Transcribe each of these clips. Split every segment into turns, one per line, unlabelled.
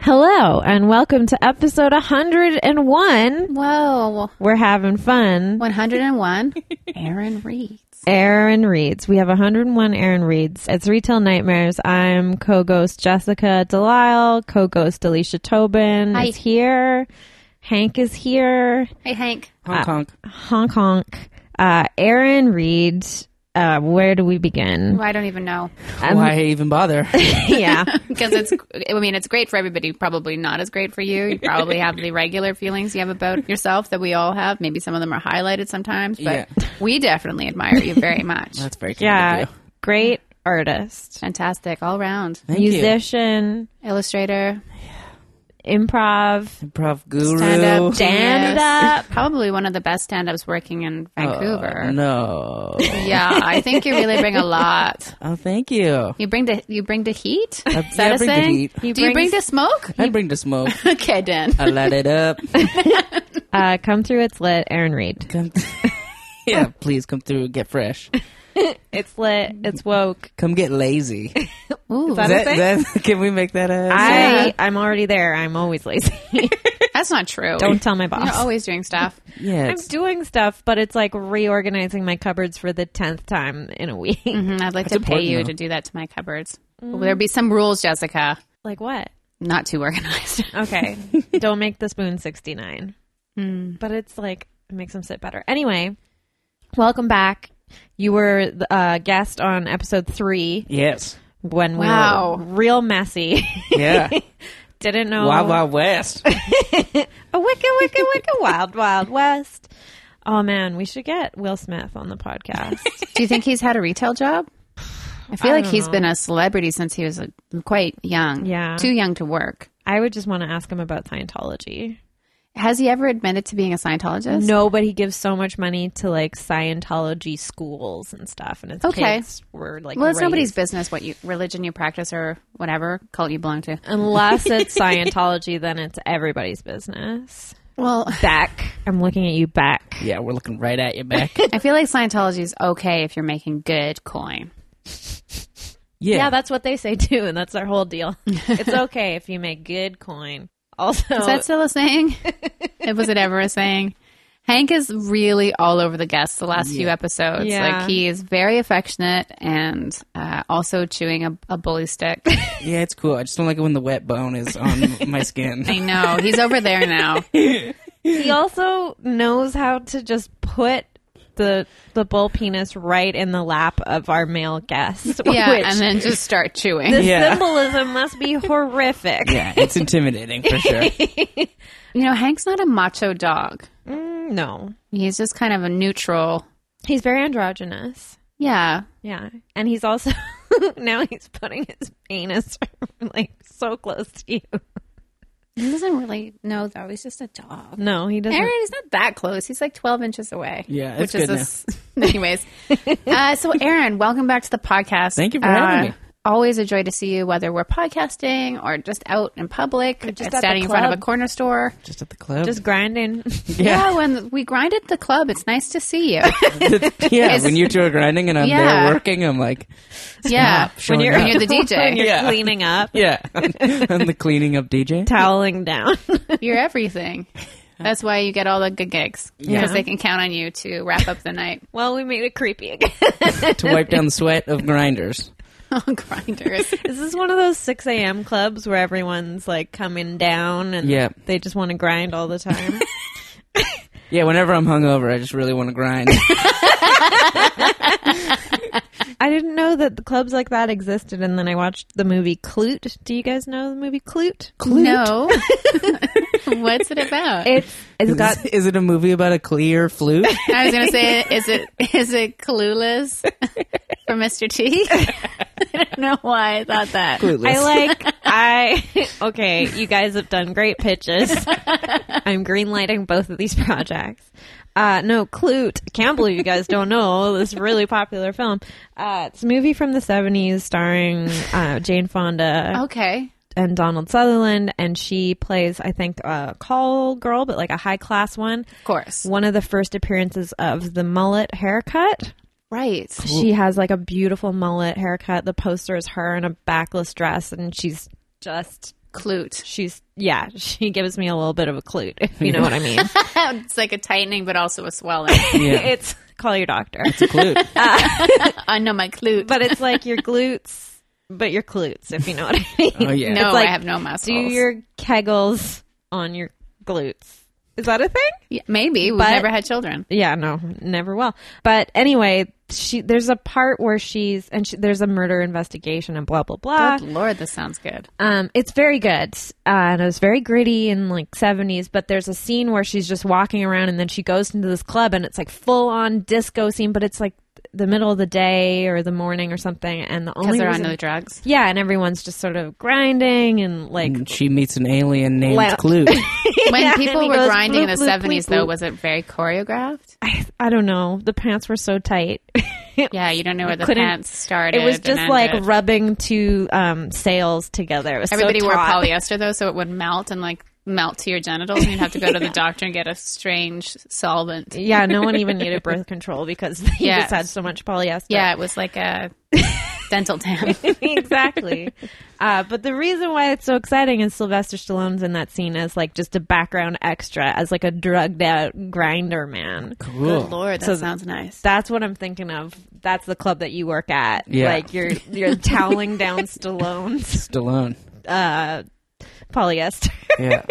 Hello and welcome to episode 101.
Whoa.
We're having fun.
101. Aaron Reeds.
Aaron Reeds. We have 101 Aaron Reeds. It's Retail Nightmares. I'm co-ghost Jessica Delisle, co-ghost Alicia Tobin
Hi.
is here. Hank is here.
Hey, Hank.
Hong Kong.
Honk honk. Uh, Aaron Reed. Uh, where do we begin?
Well, I don't even know.
I'm-
Why even bother?
yeah.
Because it's, I mean, it's great for everybody, probably not as great for you. You probably have the regular feelings you have about yourself that we all have. Maybe some of them are highlighted sometimes, but
Yeah.
we definitely admire you very much.
That's very kind
Yeah.
of you.
Great artist,
Fantastic. All round.
Thank
musician,
Illustrator.
improv,
you. Improv guru.
Stand up.
stand up.
Probably one of the best stand ups working in Vancouver.
Oh, Uh, No.
Yeah, I think you really bring a lot.
oh, thank you.
You bring the you bring the heat. Is that
yeah,
a
bring the
saying?
heat.
Do you bring the smoke?
I bring the smoke.
okay, Dan.
I light it up.
Uh, come through. It's lit. Aaron Reed.
Come yeah, please come through. Get fresh.
It's lit. It's woke.
Come get lazy. Is
Ooh,
that-
that- that- can we make that a?
I I'm already there. I'm always lazy.
that's not true.
Don't tell my
You're
boss.
always doing stuff.
yeah,
oh, I'm
it's-
doing stuff, but it's like reorganizing my cupboards for the tenth time in a week.
Mhm, I'd like to pay
important,
you
though.
to do that to my cupboards. Will there be some rules, Jessica?
Like what?
Not too organized.
Okay. Don't make the spoon 69.
Hmm.
But it's like, it makes them sit better. Anyway, welcome back. You were the uh, guest on episode three
yes.
when we
Wow.
were real messy.
Yeah.
Didn't know.
Wild Wild West.
A wicked, wicked, wicked wild, wild west. Oh, man. We should get Will Smith on the podcast.
do you think he's had a retail job? I feel
I
like
don't
he's
know.
been a celebrity since he was uh quite young.
Yeah.
too young to work.
I would just want to ask him about Scientology.
Has he ever admitted to being a Scientologist?
No, but he gives so much money to like Scientology schools and stuff. And it's
Okay.
kids were like,
Well, it's
raised
nobody's business what you religion you practice or whatever cult you belong to.
Unless it's Scientology, then it's everybody's business.
Well,
Back. I'm looking at you back.
Yeah, we're looking right at you back.
I feel like Scientology is okay if you're making good coin.
Yeah.
Yeah, that's what they say too, and that's their whole deal. it's okay if you make good coin. Also,
Is that still a saying? It was it ever a saying? Hank is really all over the guests the last few episodes.
Yeah.
Like he is very affectionate and uh, also chewing a, a bully stick.
yeah, it's cool. I just don't like it when the wet bone is on my skin.
I know he's over there now.
he also knows how to just put the the bull penis right in the lap of our male guest.
Yeah,
which
and then just start chewing.
the
Yeah.
symbolism must be horrific.
Yeah, it's intimidating for sure.
you know, Hank's not a macho dog.
Mm, no,
He's just kind of a neutral.
he's very androgynous.
Yeah,
Yeah, and he's also now he's putting his penis like so close to you.
he doesn't really know though. He's just a dog.
No, he doesn't.
Aaron, he's not that close. He's like 12 inches away.
Yeah,
which
it's
is
good
this. Anyways, uh, so Aaron, welcome back to the podcast. Uh,
Thank you for having me.
Always a joy to see you, whether we're podcasting or just out in public,
just
just
at the
standing in front of a
club.
corner store.
Just at the club.
Just grinding.
Yeah. when we grind at the club, it's nice to see you.
yeah, when you two are grinding and I'm
Yeah.
there working, I'm like,
yeah,
showing
you're-
up.
when you're the
when
DJ,
you're
Yeah.
cleaning up,
yeah, I'm the cleaning up DJ.
toweling down.
you're everything. That's why you get all the good gigs because
Yeah.
they can count on you to wrap up the night.
well, we made it creepy again.
to wipe down the sweat of grinders.
Oh, grinders.
is this one of those 6 a.m. clubs where everyone's like coming down and
Yeah.
they just want to grind all the time?
Yeah, whenever I'm hungover, I just really want to grind.
I didn't know that the clubs like that existed, and then I watched the movie Clute. Do you guys know the movie Clute?
No. What's it about?
It's it's got
is, is it a movie about a clear flute?
I was gonna say, is it is it clueless for Mr. T? I don't know why I thought that.
Clueless.
I like I okay, you guys have done great pitches. I'm green lighting both of these projects. Uh no, Clute, can't believe you guys don't know this really popular film. Uh it's a movie from the 70s starring uh Jane Fonda
Okay,
and Donald Sutherland, and she plays, I think, a call girl, but like a high class one. Of
course.
One of the first appearances of the mullet haircut.
Right.
She has like a beautiful mullet haircut. The poster is her in a backless dress, and she's just,
Clute.
she's, yeah, she gives me a little bit of a clute, if you know what I mean.
it's like a tightening, but also a swelling.
Yeah.
it's call your doctor.
It's a glute.
I know my clute.
But it's like your glutes, but your glutes, if you know what I mean.
Oh yeah.
no,
like,
I have no muscles.
Do your kegels on your glutes. Is that a thing?
Yeah, maybe we've
But-
never had children.
Yeah, no, never will. But anyway, she there's a part where she's and she, there's a murder investigation and blah blah blah.
Good lord, this sounds good.
Um, it's very good uh, and it was very gritty in like seventies. But there's a scene where she's just walking around and then she goes into this club and it's like full on disco scene, but it's like the middle of the day or the morning or something. And the
Because
only
they're
reason,
on the drugs.
yeah, and everyone's just sort of grinding and like
And she meets an alien named
Well-
Clute.
When
Yeah, and
people
he
were
goes
grinding in
bloop,
the
bloop,
seventies,
bloop,
though,
bloop.
was it very choreographed?
I, I don't know. The pants were so tight.
Yeah, you don't know where the
couldn't-
pants started.
it was
and
just like
ended.
rubbing two um, sails together. It was so
everybody wore
taut.
polyester though, so it would melt and like melt to your genitals, and you'd have to go to the doctor and get a strange solvent.
Yeah, no one even needed birth control because they
Yes.
just had so much polyester.
Yeah, it was like a dental dam.
exactly. Uh, but the reason why it's so exciting is Sylvester Stallone's in that scene as like just a background extra, as like a drugged out grinder man.
Good lord, that
So-
sounds nice.
That's what I'm thinking of. That's the club that you work at.
Yeah.
Like you're you're toweling down Stallone's
Stallone.
uh, polyester.
Yeah.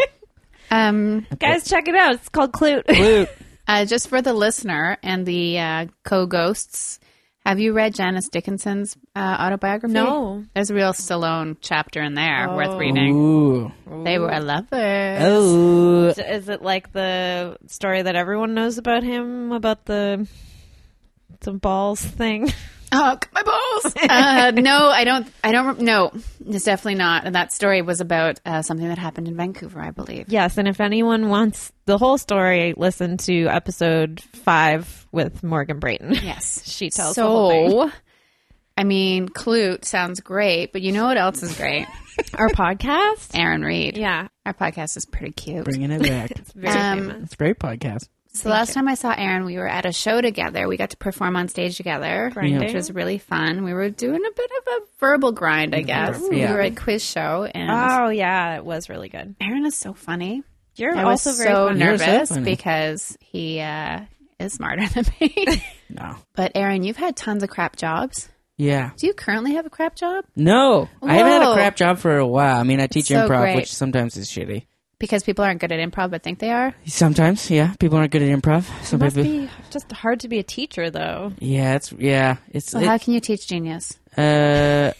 Um,
Guys, check it out. It's called Clute.
Clute.
uh, just for the listener and the uh, co-ghosts, have you read Janice Dickinson's uh, autobiography?
No.
there's a real Stallone chapter in there worth reading.
Ooh.
They were lovers.
Oh.
Is it like the story that everyone knows about him about the the balls thing?
Oh, my balls! uh, no, I don't. I don't. No, it's definitely not. And that story was about uh, something that happened in Vancouver, I believe.
Yes, and if anyone wants the whole story, listen to episode five with Morgan Brayton.
Yes,
She tells the whole thing.
So, I mean, Clute sounds great, but you know what else is great?
Our podcast?
Aaron Reed.
Yeah.
our podcast is pretty cute.
Bringing it back.
Very famous.
It's a great podcast.
So last time I saw Aaron, we were at a show together. We got to perform on stage together, which
Grinding.
was really fun. We were doing a bit of a verbal grind, I
Mm-hmm.
guess.
Yeah.
We were at a quiz show, and
Oh yeah, it was really good.
Aaron is so funny.
You're
I was
also very
so
funny.
You're so
nervous
funny.
because he uh, is smarter than me.
No.
but Aaron, you've had tons of crap jobs.
Yeah.
Do you currently have a crap job?
No. I haven't had
Whoa.
a crap job for a while. I mean, I teach
So
improv,
great.
which sometimes is shitty.
Because people aren't good at improv, but think they are.
Sometimes, yeah. People aren't good at improv.
It
Some
must
people.
be just hard to be a teacher though.
Yeah, it's yeah, it's
So
it-
how can you teach genius?
uh,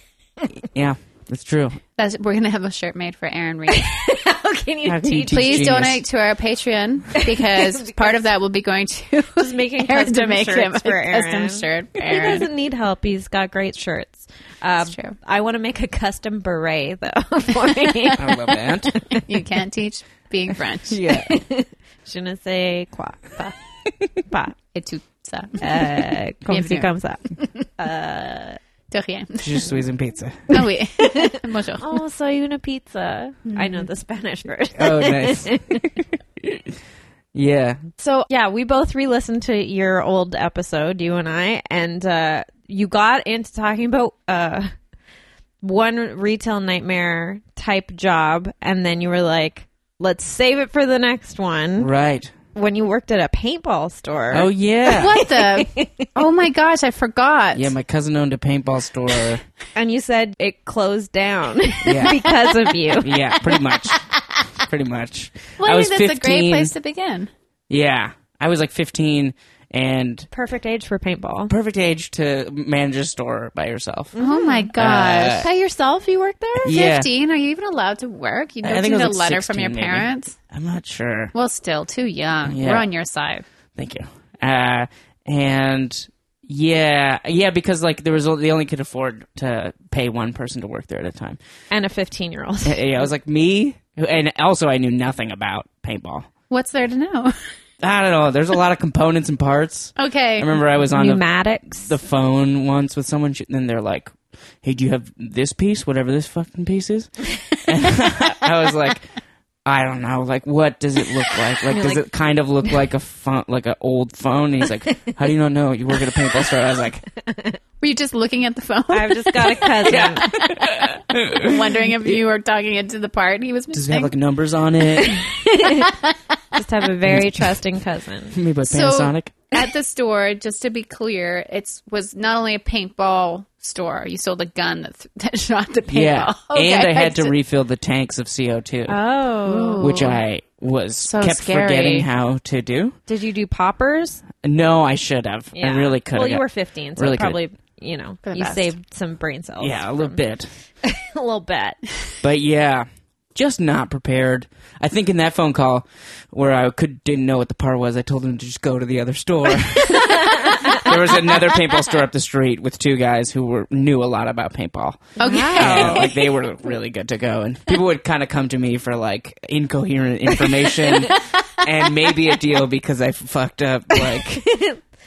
yeah, that's true.
That's, we're gonna have a shirt made for Aaron Reed.
How can you
How can you
teach?
teach?
Please
genius.
donate to our Patreon because, part of that will be going to
Just making
Aaron to
custom
make him a
shirts for Aaron.
custom shirt for
He
Aaron.
doesn't need help. He's got great shirts. Um,
true.
I want to make a custom beret though for me.
I love that.
you can't teach being French.
yeah,
Je ne sais quoi. Pas. Pas.
Et tout ça.
Euh, comme ci,
Bienvenue.
comme ça.
De rien.
just squeezing pizza.
Ah oui. Bonjour.
Oh, soy una pizza. I know the Spanish version.
Oh, nice. yeah,
So yeah, we both re-listened to your old episode, you and I, and uh, you got into talking about uh, one retail nightmare type job, and then you were like, "Let's save it for the next one."
right.
When you worked at a paintball store,
Oh yeah,
What the? Oh my gosh, I forgot.
yeah. My cousin owned a paintball store.
and you said it closed down
Yeah,
because of you.
yeah. Pretty much. Pretty much.
Well,
I was
think that's a great place to begin.
yeah, I was like 15 and
Perfect age for paintball.
perfect age to manage a store by yourself.
Oh my gosh.
By yourself, you worked there.
Yeah.
15? Are you even allowed to work? You
I
don't
think
need
I
a
was, like,
letter from your
16 maybe.
parents?
I'm not sure.
Well, still, too young.
Yeah.
We're on your side.
Thank you. Uh, and yeah, yeah, because like there was o- they only could afford to pay one person to work there at a time.
and a 15 year old.
Uh, Yeah, I was like me, and also I knew nothing about paintball.
What's there to know?
I don't know. There's a lot of components and parts.
okay.
I remember I was on the,
Pneumatics.
the phone once with someone, sh- and they're like, hey, do you have this piece, whatever this fucking piece is? And I was like, I don't know, like what does it look like? Like, does
like-
it kind of look like a phone, like an old phone? And he's like, how do you not know? You work at a paintball store. I was like,
Were you just looking at the phone,
I've just got a cousin.
wondering if you were talking into the part he was
does it have
missing?
like numbers on it?
Just have a very trusting cousin.
Made by
So-
Panasonic.
at the store, just to be clear, it was not only a paintball store. You sold a gun that, th- that shot the paintball.
Yeah,
Okay,
and I had to
just-
refill the tanks of CO two,
Oh,
which I was kept
scary.
forgetting how to do.
did you do poppers?
No, I should have. I really could.
Well,
have
you
got-
were 15, so
really could've-
probably you know
the
you
best.
saved some brain cells.
Yeah, a little bit.
a little bit.
But yeah, just not prepared. I think in that phone call where I could didn't know what the par was, I told him to just go to the other store. there was another paintball store up the street with two guys who were knew a lot about paintball.
Okay.
Uh, like they were really good to go, and people would kind of come to me for like incoherent information and maybe a deal because I fucked up like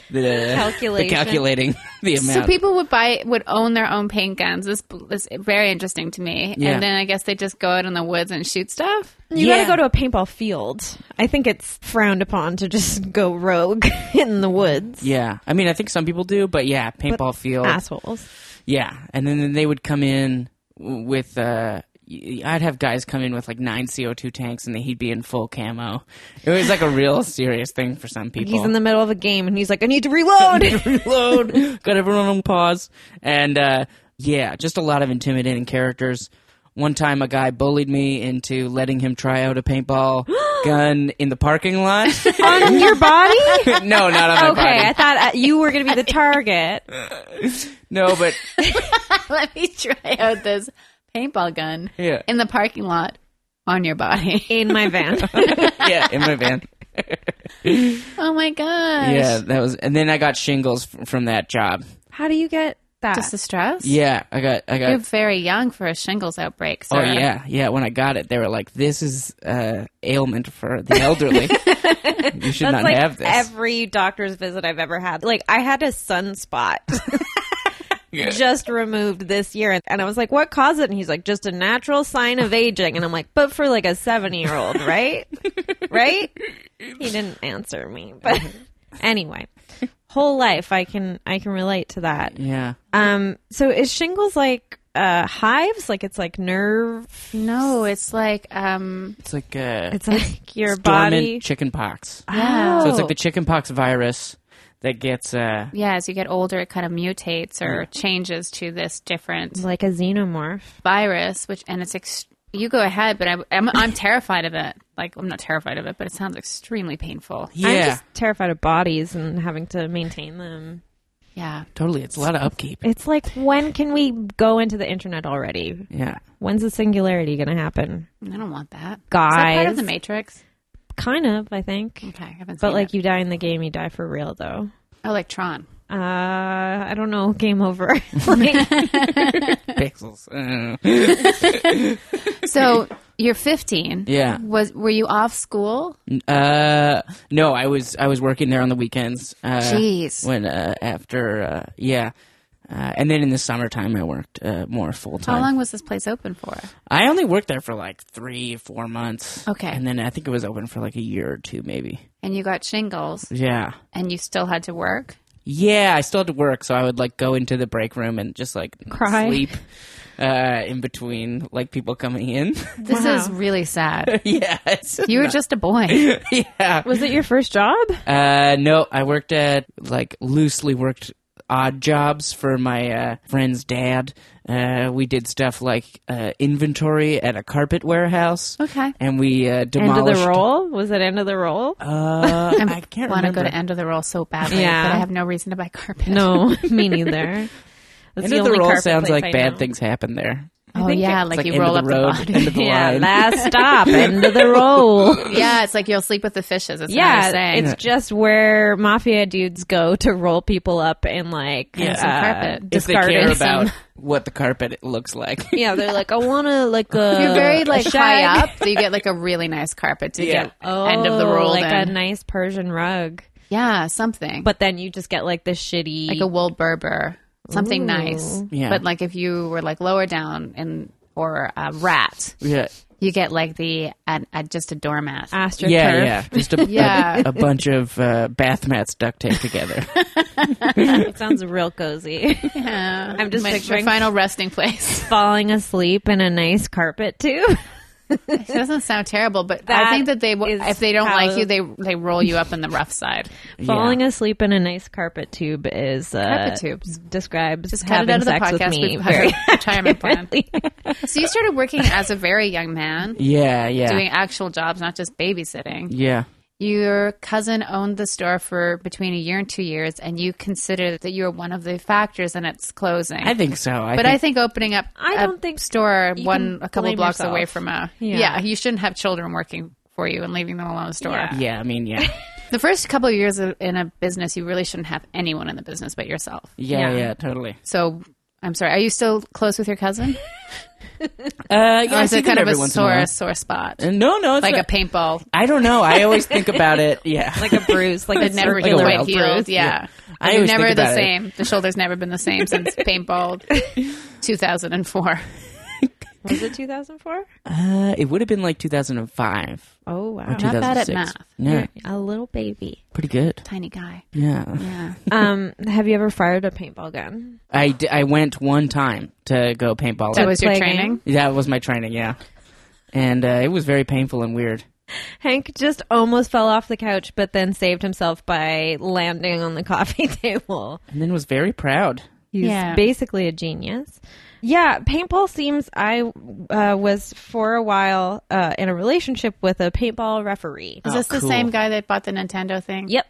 the, the
Calculation.
calculating the amount.
So people would buy would own their own paint guns. This is very interesting to me.
Yeah.
And then I guess they just go out in the woods and shoot stuff.
You
Yeah.
got to go to a paintball field. I think it's frowned upon to just go rogue in the woods.
yeah, I mean, I think some people do, but yeah, paintball field.
Assholes.
Yeah, and then, then they would come in w- with. Uh, y- I'd have guys come in with like nine CO two tanks, and then he'd be in full camo. It was like a real serious thing for some people.
He's in the middle of a game and he's like, I need to reload.
reload. Got everyone on pause, and uh, yeah, just a lot of intimidating characters. One time, a guy bullied me into letting him try out a paintball gun in the parking lot.
on your body? Okay,
no, not on my body.
I thought uh, you were going to be the target.
no, but
Let me try out this paintball gun
Yeah.
in the parking lot on your body.
In my van.
yeah, in my van.
Oh my gosh.
Yeah, that was, and then I got shingles f- from that job.
How do you get that?
Just the stress?
Yeah, I got, I got
You're very young for a shingles outbreak, sir.
Oh yeah, yeah. When I got it, they were like, "This is uh, ailment for the elderly. you should not
That's like
have this."
every doctor's visit I've ever had. Like I had a sunspot. Just removed this year, and I was like, "What caused it?" And he's like, "Just a natural sign of aging." And I'm like, "But for like a seventy year old, right? right?" He didn't answer me, but anyway, whole life I can I can relate to that.
yeah,
Um, so is shingles like uh hives? Like it's like nerve?
No, it's like um
it's like uh,
It's like your body.
dormant chicken pox.
Oh.
So it's like the chicken pox virus that gets. Uh,
yeah, as you get older it kind of mutates or changes to this different
Oh, like a xenomorph.
virus, which and it's ex- you go ahead, but I, I'm I'm terrified of it. Like I'm not terrified of it, but it sounds extremely painful.
yeah,
I'm just terrified of bodies and having to maintain them.
Yeah,
totally. It's a lot of upkeep.
It's like, when can we go into the internet already?
Yeah,
When's the singularity going to happen?
I don't want that.
Guys.
Is that part of the Matrix?
Kind of, I think.
Okay, I haven't
But
seen
like,
it.
you die in the game, you die for real, though.
Electron.
Uh, I don't know. Game over. like,
pixels. Uh,
So you're 15.
Yeah.
Was were you off school?
Uh, no, I was I was working there on the weekends. Uh,
Jeez.
when uh, after uh, yeah. Uh, and then in the summertime, I worked uh, more full
How
time.
long was this place open for?
I only worked there for like three, four months.
Okay.
And then I think it was open for like a year or two, maybe.
And you got shingles,
Yeah.
and you still had to work.
Yeah, I still had to work, so I would like go into the break room and just like
Cry.
sleep uh, in between like people coming in.
This
Wow.
is really sad.
yeah. it's-
You were just a boy.
yeah.
was it your first job?
Uh, no, I worked at like loosely worked odd jobs for my uh, friend's dad. Uh, we did stuff like uh, inventory at a carpet warehouse.
Okay.
And we
Oh.
uh,
End of
demolished.
the roll? Was it end of the roll?
Uh, I can't
want to go
remember.
to end of the roll so badly,
Yeah.
but I have no reason to buy carpet.
No, me neither. That's
End of the
only
roll
carpet
sounds
place
like
I
bad
know.
things happen there.
Oh
think
yeah,
it's
like,
like
you
end of
roll
the
up
road,
the
end
body.
of the
Yeah,
line.
last stop. End of the roll.
yeah, it's like you'll sleep with the fishes. It's
Yeah,
yeah, saying.
it's just where mafia dudes go to roll people up and like
some
uh,
carpet.
If they care
discarded some-
about what the carpet looks like.
Yeah, they're like, I want to like a.
you're very like
a
high
shag.
up, so you get like a really nice carpet to
Yeah.
get
Oh,
end of the roll.
like
then.
a nice Persian rug,
yeah, something
but then you just get like the shitty.
like a wool berber something nice.
Yeah.
But like if you were like lower down and or a rat,
Yeah.
you get like the uh, uh, just a doormat.
astroturf.
Yeah, yeah. Just a, a-
Yeah.
a, bunch of uh, bath mats duct taped together.
It sounds real cozy.
Yeah.
I'm just
my, my
picturing-
final resting place.
Falling asleep in a nice carpet tube.
It doesn't sound terrible, but
That
I think that they w-
is
if they don't
how-
like you, they they roll you up in the rough side.
Falling asleep in a nice carpet tube is uh,
Carpet tubes.
describes
Just cut it
having
out of the
sex
podcast.
with me.
We've had
Very
a retirement plan. So you started working as a very young man,
yeah, yeah.
doing actual jobs, not just babysitting.
yeah.
Your cousin owned the store for between a year and two years, and you considered that you were one of the factors in its closing.
I think so. I
but
think,
I think opening up
I
a
don't think
store
you
one
can
a couple
blame
blocks
yourself.
away from a yeah.
Yeah.
you shouldn't have children working for you and leaving them alone in a store.
Yeah.
yeah, I mean, yeah.
The first couple of years of- in a business, you really shouldn't have anyone in the business but yourself.
Yeah,
Yeah.
yeah, totally.
So I'm sorry. Are you still close with your cousin?
Uh, yeah,
Or
I
is it
think
kind of
every
a
once in while.
sore sore spot?
Uh, No, no, it's
Like
not-
a paintball
I don't know. I always think about it. Yeah,
like a bruise, like
that
a
never
circular
quite
bruise,
healed. Yeah.
yeah. I
They're
always
never
think
the
about it.
same. The shoulder's never been the same since paintball 2004.
Was it 2004?
uh, it would have been like 2005
Oh wow,
or
Not bad at
2006.
math.
Yeah,
a little baby.
pretty good.
Tiny guy.
Yeah,
Yeah.
Um, have you ever fired a paintball gun?
I, d- I went one time to go paintball.
That was your
play a
training?
game?
that was my training. Yeah, and uh, it was very painful and weird.
Hank just almost fell off the couch, but then saved himself by landing on the coffee table.
and then was very proud.
He's
Yeah.
basically a genius. Yeah, paintball seems. I uh, was for a while uh, in a relationship with a paintball referee.
Is
Oh,
this the
cool.
same guy that bought the Nintendo thing?
Yep.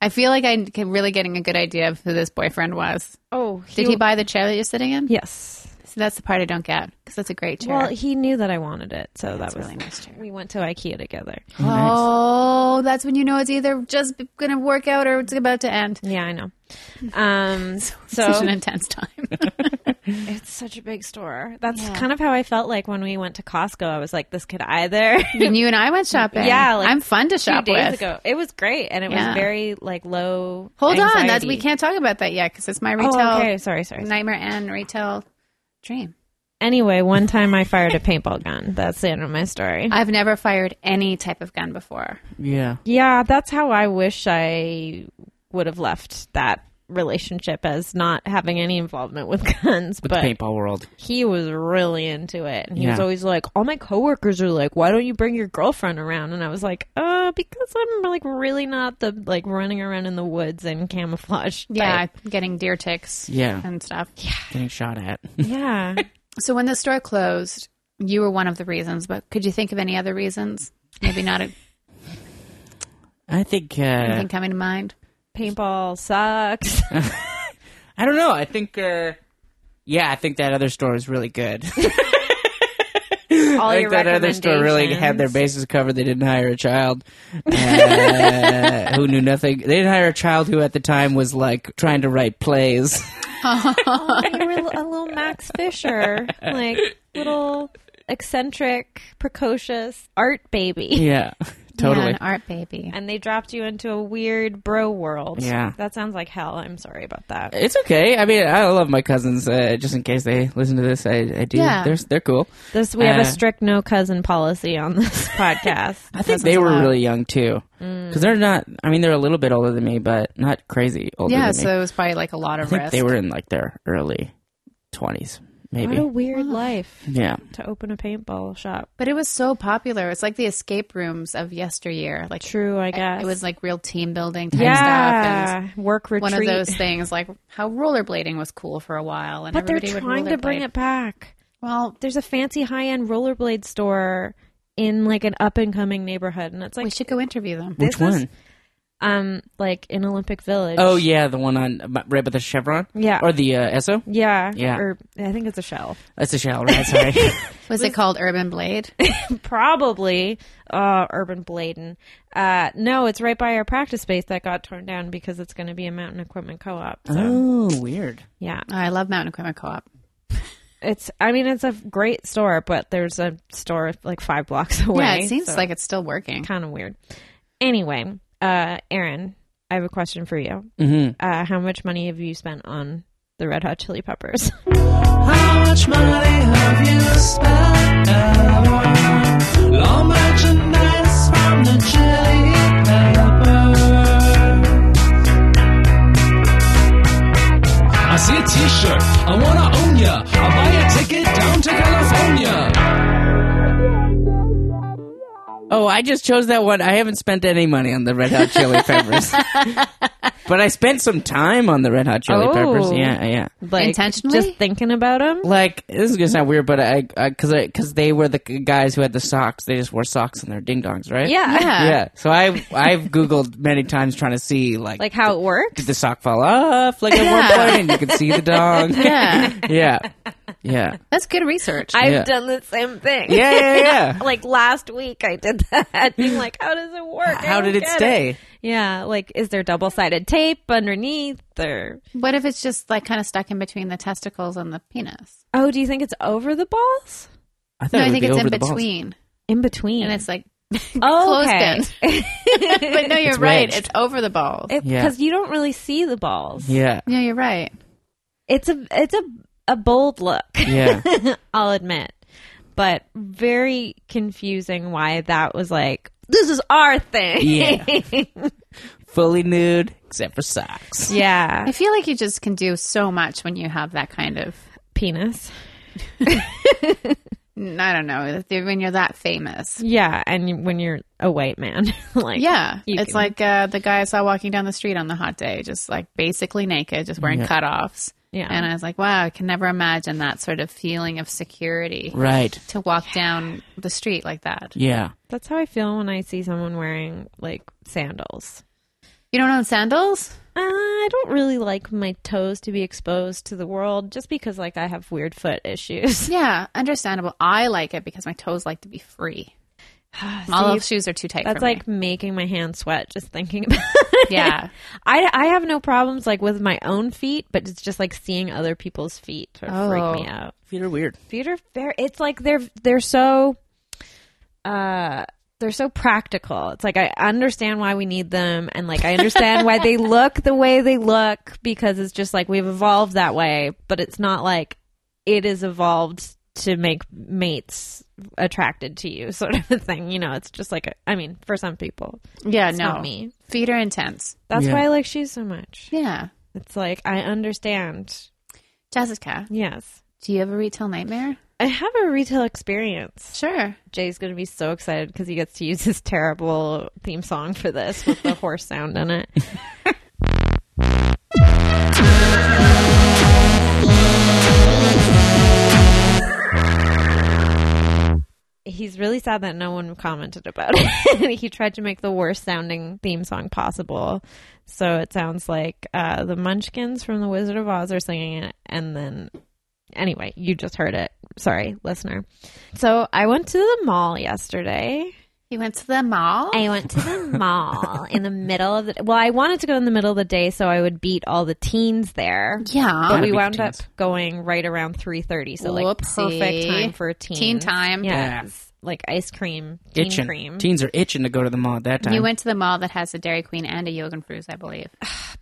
I feel like I'm c- really getting a good idea of who this boyfriend was.
Oh,
Did he buy the chair that you're sitting in?
Yes.
So that's the part I don't get because that's a great chair.
Well, he knew that I wanted it, so
that's
that was.
really nice chair.
We went to IKEA together.
Oh, that's when you know it's either just going to work out or it's about to end.
Yeah, I know. Um, so
Such an intense time.
It's such a big store. That's
Yeah.
kind of how I felt like when we went to Costco. I was like, this could either.
when you and I went shopping.
Yeah, like
I'm fun to
Two
shop
days
with.
ago, it was great, and it
Yeah.
was very like low.
Hold on, that's
anxiety.
we can't talk about that yet because it's my retail
Oh, okay. Sorry, sorry.
nightmare and retail dream.
Anyway, one time I fired a paintball gun. That's the end of my story.
I've never fired any type of gun before.
Yeah.
yeah, that's how I wish I would have left that relationship as not having any involvement with guns.
With
but
the paintball world.
he was really into it and he was
Yeah.
always like all my coworkers are like why don't you bring your girlfriend around and i was like uh because i'm like really not the like running around in the woods in camouflage
Yeah,
type."
getting deer ticks.
Yeah.
and stuff.
Getting shot at.
yeah
So when the store closed, you were one of the reasons, but could you think of any other reasons? Maybe not a,
I think, uh,
anything coming to mind.
paintball sucks
I don't know. I think, uh, yeah, I think that other store was really good.
all
I
your
think that other store really had their
recommendations.
bases covered. They didn't hire a child uh, who knew nothing. They didn't hire a child who at the time was like trying to write plays.
Oh, you were a little max fisher like little eccentric precocious art baby
Yeah,
yeah, totally.
an art baby.
and they dropped you into a weird bro world
Yeah.
that sounds like hell i'm sorry about that
It's okay. I mean, I love my cousins. Uh, just in case they listen to this, I, I do.
Yeah.
They're they're cool.
This we have
Uh,
a strict no cousin policy on this podcast.
I think they
cousins
were
allowed.
really young too,
Mm.
because they're not. I mean, they're a little bit older than me, but not crazy older.
Yeah,
than me.
so it was probably like a lot
I
of
think
risk.
they were in like their early twenties,
What a
maybe.
weird life
Yeah,
to open a paintball shop.
but it was so popular. It's like the escape rooms of yesteryear. Like
True, I guess.
It was like real team building type stuff.
yeah, work
And
retreat.
one of those things like how rollerblading was cool for a while and
but they're
everybody would
trying to bring
rollerblade.
it back.
well
There's a fancy high end rollerblade store in like an up and coming neighborhood, and it's
we
like
should go interview them
which
is-
one?
um like in Olympic Village.
Oh yeah, the one on right by the Chevron.
Yeah.
or the uh, Esso.
yeah,
Yeah.
Or I think it's a shell.
That's a shell, right? Sorry.
was, it called urban blade
probably uh, urban bladen uh, no it's right by our practice space that got torn down because it's going to be a mountain equipment co-op so
oh, weird.
yeah
i love mountain equipment co-op
it's i mean it's a great store but there's a store like five blocks away
yeah it seems like it's still working
kind of weird anyway uh aaron i have a question for you
hmm
Mm-hmm.
uh how much money have you spent on the Red Hot Chili Peppers.
How much money have you spent? Law merchandise from the Chili Pepper. I see a T-shirt, I wanna own ya. I'll buy a ticket down to California.
Oh, I just chose that one. I haven't spent any money on the Red Hot Chili Peppers, but I spent some time on the Red Hot Chili
Oh.
Peppers. Yeah, yeah.
Like,
Intentionally?
just thinking about them.
Like this is gonna sound weird, but I because I, because they were the g- guys who had the socks. They just wore socks in their ding dongs, right?
Yeah.
Yeah.
yeah. So I I've googled many times trying to see like
like how it works.
did the sock fall off? Like at one
Yeah.
point, and you could see the dong.
Yeah.
yeah, yeah,
That's good research.
I've
Yeah.
done the same thing.
yeah, yeah, yeah.
like last week I did that. Being like, how does it work? I
How
don't
did it
get
stay?
Yeah, like is there double sided tape underneath or
what if it's just like kind of stuck in between the testicles and the penis?
Oh, do you think it's over the balls?
I thought
No,
it
I
would
think
be
it's
over
in
the balls.
between.
In between.
And it's like
Oh,
closed
okay.
in. but no, you're
It's
right.
wedged.
It's over the balls.
because
Yeah.
you don't really see the balls.
Yeah,
yeah, you're right.
It's a it's a a bold look.
yeah.
I'll admit. But very confusing why that was like this is our thing.
Yeah. Fully nude except for socks.
yeah.
I feel like you just can do so much when you have that kind of
Penis.
I don't know when you're that famous.
Yeah, and when you're a white man, like
Yeah,
you
it's
can-
like uh, the guy I saw walking down the street on the hot day, just like basically naked, just wearing cutoffs.
Yeah.
and I was like, wow, I can never imagine that sort of feeling of security
Right.
to walk down the street like that.
Yeah.
That's how I feel when I see someone wearing like sandals.
You don't own sandals?
Uh, I don't really like my toes to be exposed to the world just because like I have weird foot issues.
Yeah, understandable. I like it because my toes like to be free. All those shoes are too tight.
That's
for me.
like making my hands sweat just thinking about it.
yeah,
I, I have no problems like with my own feet, but it's just like seeing other people's feet sort of
Oh.
freak me out.
Feet are weird.
Feet are fair. It's like they're they're so uh they're so practical. It's like I understand why we need them and like I understand why they look the way they look because it's just like we've evolved that way, but it's not like it is evolved to make mates attracted to you sort of a thing. You know, it's just like a, I mean, for some people.
yeah. no,
not me.
feet are intense.
That's
Yeah.
why I like shoes so much.
Yeah,
It's like I understand.
Jessica,
Yes.
do you have a retail nightmare?
I have a retail experience.
Sure.
Jay's going to be so excited because he gets to use his terrible theme song for this with the horse sound in it. He's really sad that no one commented about it. he tried to make the worst sounding theme song possible. So it sounds like uh, the Munchkins from The Wizard of Oz are singing it. And then, anyway, you just heard it. Sorry, listener. So I went to the mall yesterday.
You went to the mall.
I went to the mall in the middle of the well, I wanted to go in the middle of the day so I would beat all the teens there.
yeah.
But we
beat
wound
the
up
teens.
going right around three thirty, so like
Whoopsie.
perfect time for teens.
Teen time.
yes. Like ice cream, teen
Itching.
cream.
Teens are itching to go to the mall at that time.
You went to the mall that has a Dairy Queen and a Yogan Fruits, I believe.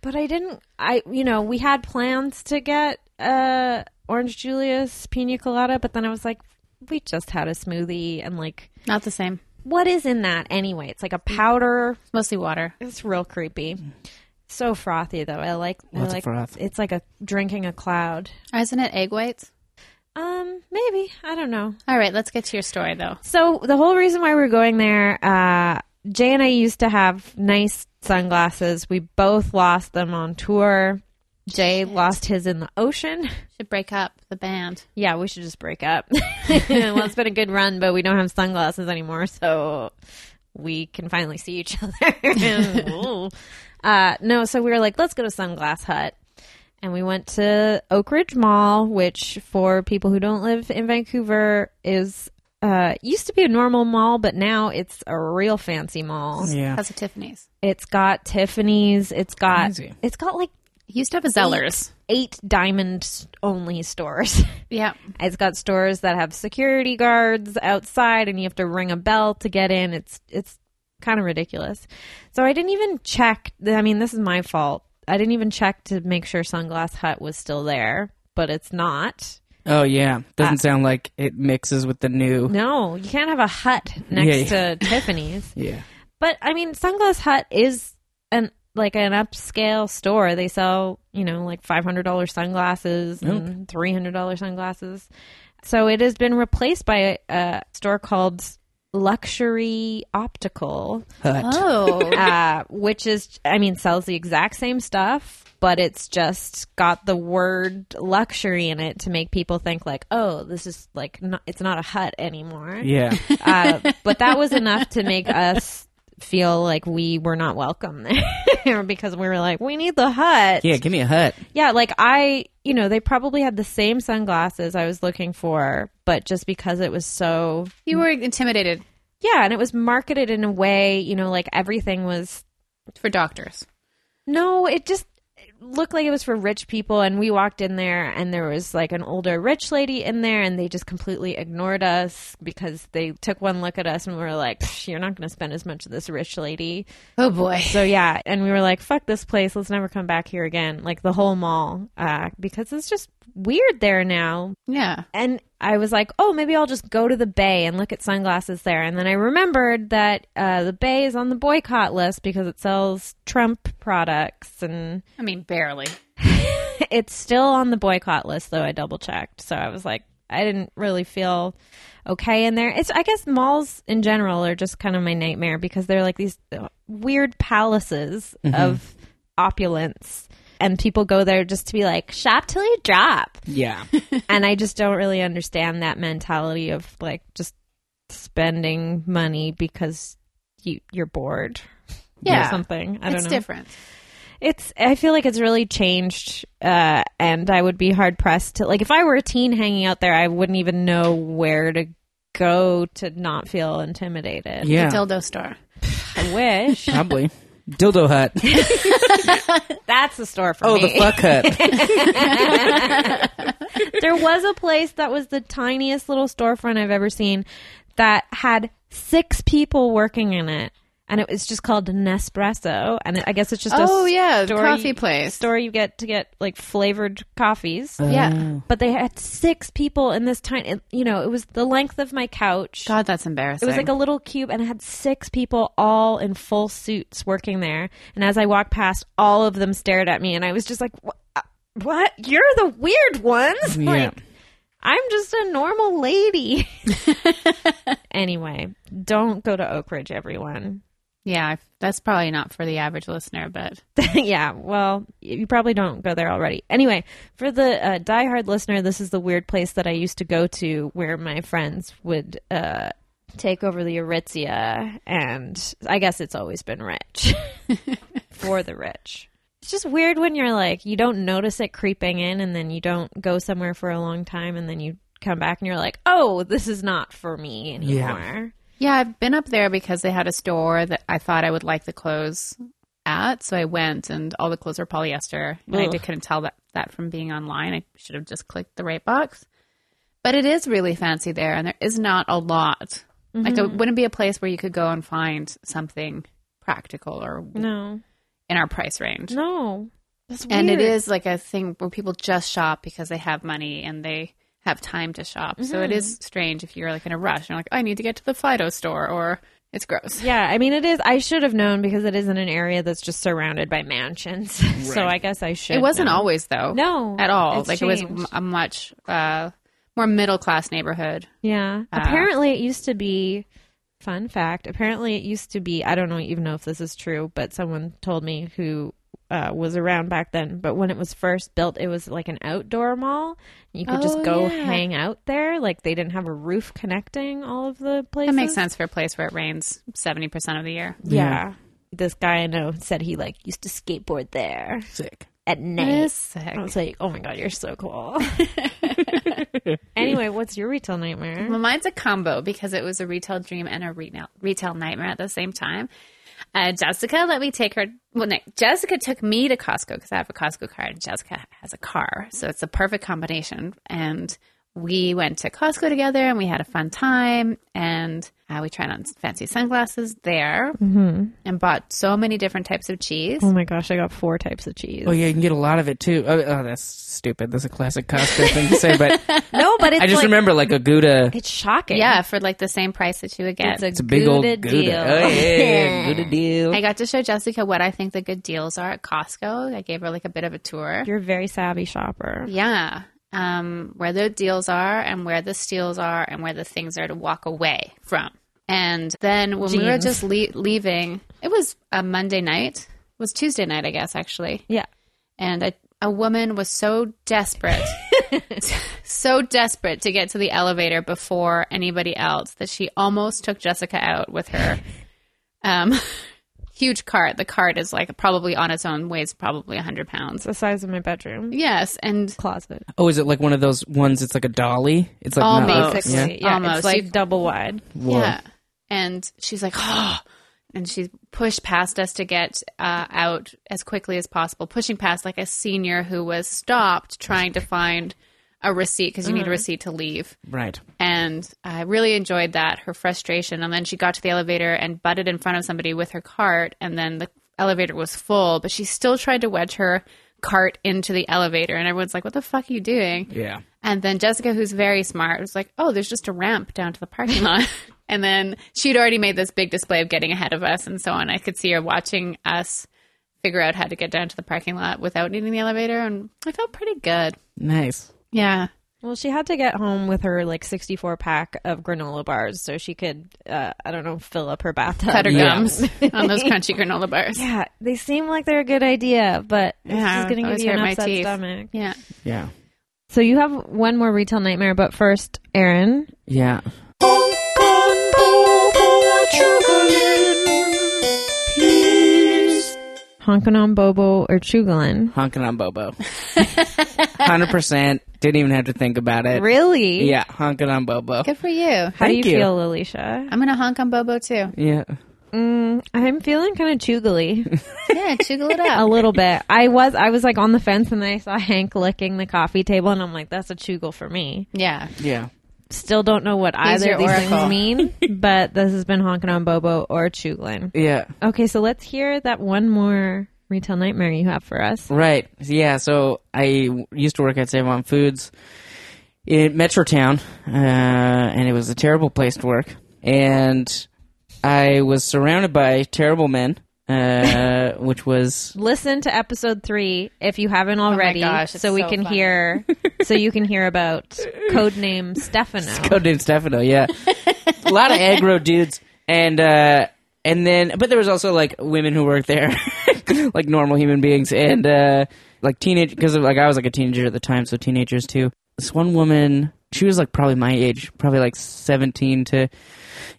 But I didn't. I you know we had plans to get uh orange Julius pina colada, but then I was like, we just had a smoothie, and like,
Not the same.
what is in that anyway? It's like a powder
It's mostly water.
It's real creepy. So frothy though. I like I
Lots of
like
froth.
it's like a drinking a cloud.
Isn't it egg whites?
Um, maybe. I don't know.
All right, let's get to your story though.
So the whole reason why we're going there, uh, Jay and I used to have nice sunglasses. We both lost them on tour. Jay lost his in the ocean.
Should break up the band.
Yeah, we should just break up. well, it's been a good run, but we don't have sunglasses anymore, so we can finally see each other. Ooh. uh, no, so we were like, let's go to Sunglass Hut. And we went to Oak Ridge Mall, which for people who don't live in Vancouver is uh, used to be a normal mall, but now it's a real fancy mall.
yeah.
How's a Tiffany's?
It's got Tiffany's. It's got
Crazy.
it's got like
It used to have a Zellers.
eight diamond only stores.
Yeah.
It's got stores that have security guards outside and you have to ring a bell to get in. It's it's kind of ridiculous. So I didn't even check. I mean, this is my fault I didn't even check to make sure Sunglass Hut was still there, but it's not.
Oh yeah, doesn't sound like it mixes with the new.
Uh, No, you can't have a hut next to
Yeah,
Tiffany's.
Yeah,
But I mean, Sunglass Hut is an like an upscale store. They sell you know like five hundred dollar sunglasses and three hundred dollar sunglasses. So it has been replaced by a, a store called Luxury Optical,
hut.
Oh,
uh, which is I mean sells the exact same stuff. But it's just got the word luxury in it to make people think like, oh, this is like not, it's not a hut anymore
Yeah,
uh, but that was enough to make us feel like we were not welcome there because we were like, we need the hut.
yeah. Give me a hut.
Yeah, like I, you know, they probably had the same sunglasses I was looking for, but just because it was so,
you were intimidated
yeah, and it was marketed in a way, you know, like everything was,
for doctors.
no, it just it looked like it was for rich people. And we walked in there and there was like an older rich lady in there and they just completely ignored us because they took one look at us and were like, "Psh, you're not going to spend as much of this rich lady.
Oh boy.
So yeah, and we were like, "Fuck this place! Let's never come back here again." Like the whole mall, uh, because it's just weird there now.
Yeah.
And I was like, "Oh, maybe I'll just go to the Bay and look at sunglasses there." And then I remembered that uh, the Bay is on the boycott list because it sells Trump products, and
I mean, barely.
it's still on the boycott list. Though I double checked, so I was like, I didn't really feel okay in there. It's I guess malls in general are just kind of my nightmare because they're like these uh, weird palaces
Mm-hmm.
of opulence. And people go there just to be like, shop till you drop.
Yeah,
and I just don't really understand that mentality of like just spending money because you, you're bored or
Yeah.
something. I don't
It's
know.
different.
It's. I feel like it's really changed, uh, and I would be hard pressed to like if I were a teen hanging out there, I wouldn't even know where to go to not feel intimidated.
yeah.
Dildo store.
I wish
Probably dildo hut.
that's the store for
Oh,
me.
the fuck hut.
there was a place that was the tiniest little storefront I've ever seen that had six people working in it. And it was just called Nespresso. And it, I guess it's just a
Oh, yeah, the
store
coffee place. Oh,
Store you get to get like flavored coffees.
Yeah.
But they had six people in this tiny, you know, it was the length of my couch.
God, that's
It
embarrassing.
was like a little cube, and it had six people all in full suits working there. And as I walked past, all of them stared at me, and I was just like, "Wha- uh, "What? You're the weird ones?
Yeah.
Like, I'm just a normal lady." anyway, don't go to Oak Ridge, everyone.
yeah, I- that's probably not for the average listener, but
yeah, well, you probably don't go there already. Anyway, for the uh, diehard listener, this is the weird place that I used to go to where my friends would uh, take over the Aritzia, and I guess it's always been rich for the rich. It's just weird when you're like, you don't notice it creeping in, and then you don't go somewhere for a long time, and then you come back and you're like, oh, this is not for me anymore.
yeah, I've been up there because they had a store that I thought I would like the clothes at. So I went and all the clothes were polyester. And I
Ugh.
did- couldn't tell that, that from being online. I should have just clicked the right box. But it is really fancy there and there is not a lot. Like
Mm-hmm.
it wouldn't be a place where you could go and find something practical or
No,
in our price range.
Mm. no. That's weird.
And it is like a thing where people just shop because they have money and they have time to shop. So
Mm-hmm.
it is strange if you're like in a rush and you're like, I need to get to the Fido store or it's gross.
Yeah, I mean, it is. I should have known because it is in an area that's just surrounded by mansions. so I guess I should.
It wasn't
know.
always though.
No,
At all.
it's
like it was
changed.
m- a much uh, more middle class neighborhood.
Yeah. apparently, it used to be. Fun fact. Apparently, it used to be. I don't know even know if this is true, but someone told me who uh, was around back then. But when it was first built, it was like an outdoor mall. You could just
Oh,
go
yeah.
hang out there. Like they didn't have a roof connecting all of the places.
That makes sense for a place where it rains 70% of the year.
Yeah. This guy I know said he like used to skateboard there
Sick.
at night.
That is sick.
I was like, oh my god, you're so cool. anyway, what's your retail nightmare?
Well, mine's a combo because it was a retail dream and a retail retail nightmare at the same time. Uh, Jessica let me take her. Well, no, Jessica took me to Costco because I have a Costco card. and Jessica has a car, so it's a perfect combination. And we went to Costco together and we had a fun time. And uh, we tried on fancy sunglasses there and bought so many different types of cheese.
Mm-hmm. Oh my gosh, I got four types of cheese.
Oh yeah, you can get a lot of it too. Oh, oh that's stupid. That's a classic Costco thing to say, but
No, but it's
I just
like,
remember like a Gouda.
it's shocking.
Yeah, for like the same price that you would get.
It's a,
It's a big old
Gouda
Gouda.
deal.
Oh yeah, Gouda deal.
I got to show Jessica what I think the good deals are at Costco. I gave her like a bit of a tour.
You're a very savvy shopper.
Yeah. Um, where the deals are and where the steals are and where the things are to walk away from. And then when we were
Jeans.
just le- leaving, it was a Monday night. It was Tuesday night, I guess, actually.
Yeah.
And I, a woman was so desperate, so desperate to get to the elevator before anybody else that she almost took Jessica out with her um, huge cart. The cart is like probably on its own, weighs probably 100
It's
pounds.
the size of my bedroom
Yes. And
closet.
Oh, is it like one of those ones? It's like a dolly. It's like
Almost.
not-
Basically,
Oh, Yeah.
yeah,
Almost.
it's like
You-
double wide.
Whoa.
Yeah. And she's like, oh. And she pushed past us to get uh, out as quickly as possible, pushing past like a senior who was stopped trying to find a receipt because you need a receipt to leave.
Right.
And I really enjoyed that, her frustration. And then she got to the elevator and butted in front of somebody with her cart. And then the elevator was full, but she still tried to wedge her cart into the elevator. And everyone's like, what the fuck are you doing?
Yeah.
And then Jessica, who's very smart, was like, "Oh, there's just a ramp down to the parking lot." and then she'd already made this big display of getting ahead of us and so on. I could see her watching us figure out how to get down to the parking lot without needing the elevator, and I felt pretty good.
Nice.
Yeah,
Well, she had to get home with her like 64 pack of granola bars so she could, uh, I don't know, fill up her bathtub.
cut her
Yeah.
gums on those crunchy granola bars. Yeah,
Yeah, they seem like they're a good idea, but this
Yeah,
is going to give
always
you an
hurt my
upset
teeth.
stomach.
yeah.
Yeah.
So you have one more retail nightmare, but first, Aaron,
Yeah.
honking on Bobo or Chugalin.
Honking on Bobo. Hundred percent. Didn't even have to think about it.
Really?
Yeah. Honking on Bobo.
Good for you.
How
Thank
do you,
you.
feel, Alicia?
I'm gonna honk on Bobo too.
Yeah.
Mm, I'm feeling kind of chugly
Yeah, chuggle it
a
up.
little bit. I was I was like on the fence, and then I saw Hank licking the coffee table, and I'm like, that's a chugal for me.
Yeah,
Yeah.
Still don't know what either
your
of these
oracle.
things mean, but this has been honking on Bobo or Chuglin.
Yeah.
Okay, so let's hear that one more retail nightmare you have for us.
Right. Yeah. So I w- used to work at Save On Foods in Metrotown, uh, and it was a terrible place to work. And I was surrounded by terrible men, uh, which was
Listen to episode three if you haven't
Oh
already,
gosh, it's
so we
so
can
funny.
hear, so you can hear about codename Stefano.
codenamed Stefano. Yeah, a lot of aggro dudes, and uh, and then but there was also like women who worked there, like normal human beings, and uh, like teenage because like I was like a teenager at the time, so teenagers too. This one woman, she was like probably my age, probably like seventeen to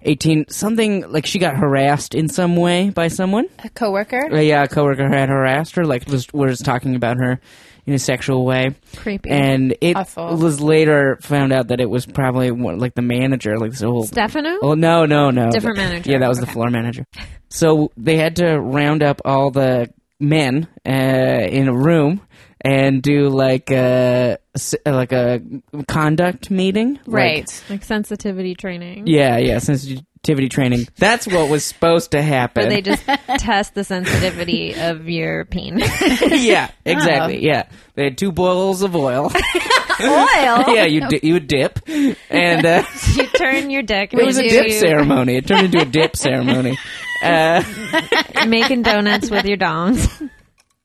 eighteen, something like she got harassed in some way by someone.
a coworker.
Uh, yeah, a coworker had harassed her, like was was talking about her in a sexual way.
Creepy.
And it
Awful.
was later found out that it was probably one, like the manager, like this old.
Stefano?
Oh no, no, no!
Different manager.
Yeah, that was the floor manager. So they had to round up all the men uh, in a room and do like a s- like a conduct meeting, Like,
Right.
Like sensitivity training.
yeah, yeah, sensitivity training. That's what was supposed to happen.
Where they just test the sensitivity of your peen.
yeah,
Uh-huh.
exactly. Yeah, they had two boils of oil.
Oil.
yeah, you di- you would dip, and uh,
You turn your dick.
it was a
into-
dip ceremony. It turned into a dip ceremony. Uh,
Making donuts with your dongs.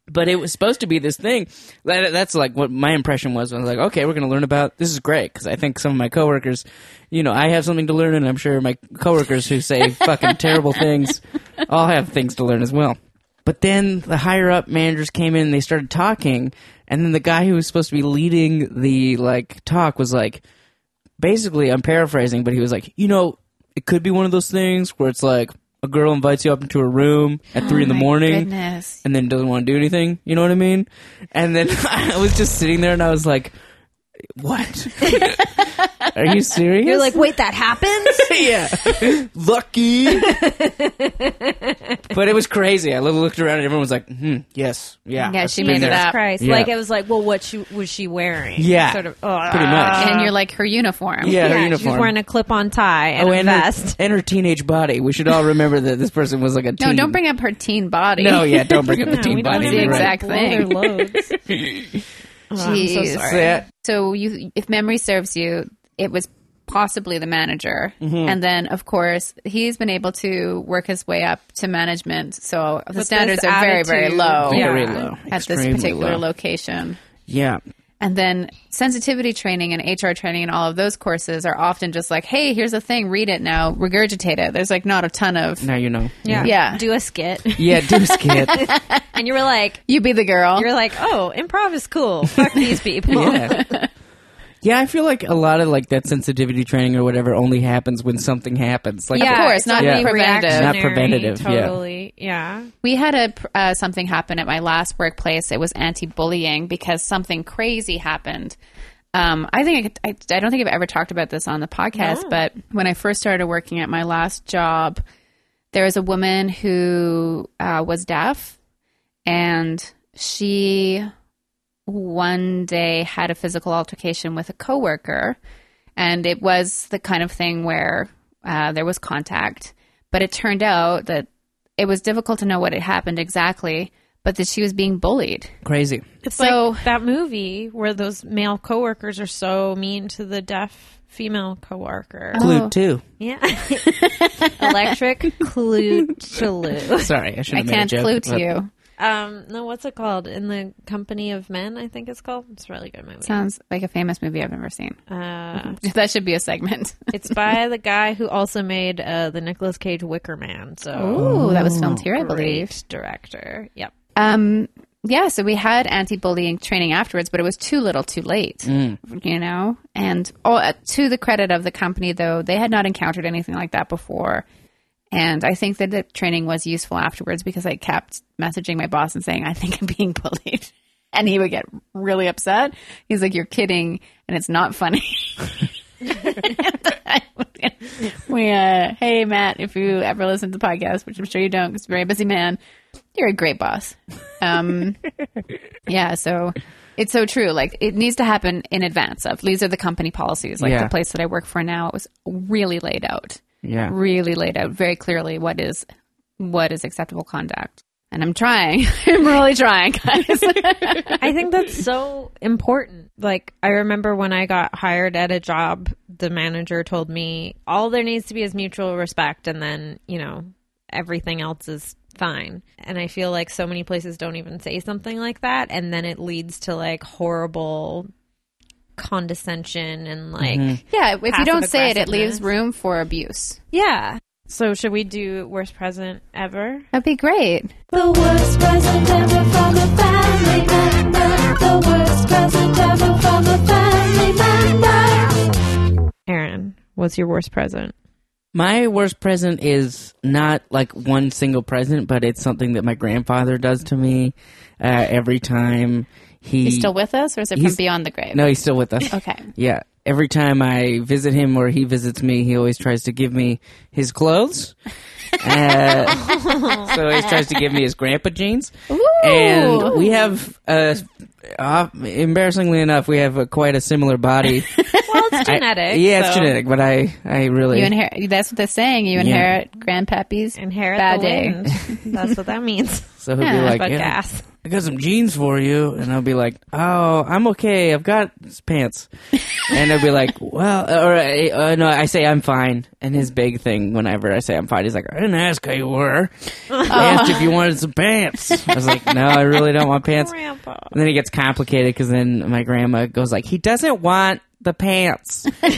but it was supposed to be this thing. That, that's like what my impression was. I was like, okay, we're going to learn about this is great because I think some of my coworkers, you know, I have something to learn, and I'm sure my coworkers who say fucking terrible things all have things to learn as well. But then the higher up managers came in and they started talking, and then the guy who was supposed to be leading the like talk was like, basically I'm paraphrasing, but he was like, you know, it could be one of those things where it's like a girl invites you up into her room at three in the
Oh My
morning
Goodness.
and then doesn't want to do anything. You know what I mean? And then I was just sitting there and I was like, what? Are you serious?
You're like, wait, that happens?
yeah. Lucky. but it was crazy. I looked around and everyone was like, hmm, yes, yeah.
Yeah,
let's
she
do
made it
this.
up.
Christ.
Yeah.
Like, it was like, well, what she, was she wearing?
Yeah.
Sort of. ugh.
Pretty much.
and you're like her uniform.
yeah, her
Uh, Yeah,
uniform.
she was wearing a clip-on tie and
oh,
a
and her,
vest.
and her teenage body. We should all remember that this person was like a teen.
No, don't bring up her teen body.
No, yeah, don't bring up the teen
we don't
body.
wanna
the
You're right.
exact
blow their
thing.
loads. Oh, I'm so
Jeez.
sorry.
So, yeah,
So you, if memory serves you, it was possibly the manager,
Mm-hmm.
and then of course he's been able to work his way up to management. So the
With
standards
this
are very, very
attitude.
low.
Yeah.
oh, Very low.
At this
Extremely
particular
low.
location.
Yeah.
And then sensitivity training and HR training and all of those courses are often just like, hey, here's a thing, read it now, regurgitate it. There's like not a ton of,
Now you know.
Yeah.
Yeah.
Do a skit.
Yeah, do skit.
And you were like,
you be the girl.
you're like, oh, improv is cool. Fuck these people.
yeah. Yeah, I feel like a lot of like that sensitivity training or whatever only happens when something happens. Like
Of
Yeah,
course,
it's
not
only
being preventative.
Not preventative, yeah.
Totally. Yeah.
We had a pr- uh, something happen at my last workplace. It was anti-bullying because something crazy happened. Um, I think I, could, I, I don't think I've ever talked about this on the podcast, but when I first started working at my last job, there was a woman who uh, was deaf, and she one day had a physical altercation with a coworker, and it was the kind of thing where uh, there was contact. But it turned out that it was difficult to know what had happened exactly, but that she was being bullied.
crazy.
It's
So-
like that movie where those male coworkers are so mean to the deaf female coworker.
Oh.
Clue too.
Yeah. Electric Clutuloo.
Sorry, I should
I
have made
can't
a joke.
clue to
but-
you.
Um, no, what's it called? In the Company of Men, I think it's called. It's a really good movie.
Sounds like a famous movie I've never seen.
Uh,
That should be a segment.
it's by the guy who also made uh, the Nicolas Cage Wicker Man. So
Ooh, that was filmed here, I believe.
great director. Yep.
Um, yeah, so we had anti-bullying training afterwards, but it was too little, too late,
Mm.
you know. And all, uh, to the credit of the company, though, they had not encountered anything like that before. And I think that the training was useful afterwards because I kept messaging my boss and saying, "I think I'm being bullied," and he would get really upset. He's like, "You're kidding, and it's not funny." we, uh, hey Matt, if you ever listen to the podcast, which I'm sure you don't, because you're a very busy man, you're a great boss. Um, yeah, so it's so true. Like it needs to happen in advance of. These are the company policies. Like
Yeah.
the place that I work for now, it was really laid out,
Yeah.
really laid out very clearly what is what is acceptable conduct. And I'm trying. I'm really trying, guys.
I think that's so important. Like, I remember when I got hired at a job, the manager told me all there needs to be is mutual respect, and then, you know, everything else is fine. And I feel like so many places don't even say something like that. And then it leads to like horrible condescension and like,
yeah, if you don't say it, it
Passive-aggressiveness.
leaves room for abuse.
yeah. So, should we do worst present ever?
That'd be great.
The worst present ever from a family member. The worst present ever from a family member.
Aaron, what's your worst present?
My worst present is not like one single present, but it's something that my grandfather does to me uh, every time he.
He's still with us, or is it from
He's-
beyond the grave?
No, he's still with us.
Okay.
Yeah. Every time I visit him or he visits me, he always tries to give me his clothes. Uh, so he always tries to give me his grandpa jeans. And we have, uh, uh, embarrassingly enough, we have a, quite a similar body.
Well, it's genetic.
I- yeah, it's
so-
genetic, but I, I really.
You inherit. That's what they're saying. You inherit grandpappy's
Inherit
bad
the
day.
wind. That's what that means.
so he'll be like,
but
yeah,
gas.
I got some jeans for you. And I'll be like, oh, I'm okay. I've got pants. and I'll be like, well, or uh, uh, no, I say I'm fine. And his big thing whenever I say I'm fine, he's like, I didn't ask how you were. I asked if you wanted some pants. I was like, no, I really don't want pants. And
Grandpa.
then it gets complicated because then my grandma goes like, he doesn't want the pants. and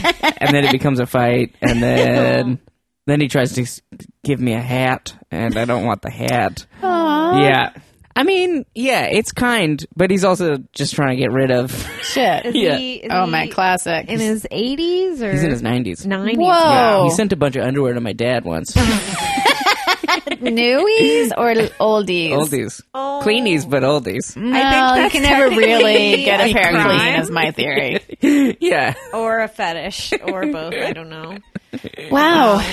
then it becomes a fight. And then. Then he tries to s- give me a hat, and I don't want the hat. Yeah. I mean, yeah, it's kind, but he's also just trying to get rid of.
Shit.
Yeah.
Oh my classic.
In his eighties or
He's in his 90s.
nineties.
Whoa.
He sent a bunch of underwear to my dad once.
Newies or oldies?
Oldies. Cleanies, but oldies.
No,
that's
you can never
technically
really get a
a
pair
crime.
clean, is my theory.
Mm.
yeah.
or a fetish or both. I don't know.
wow.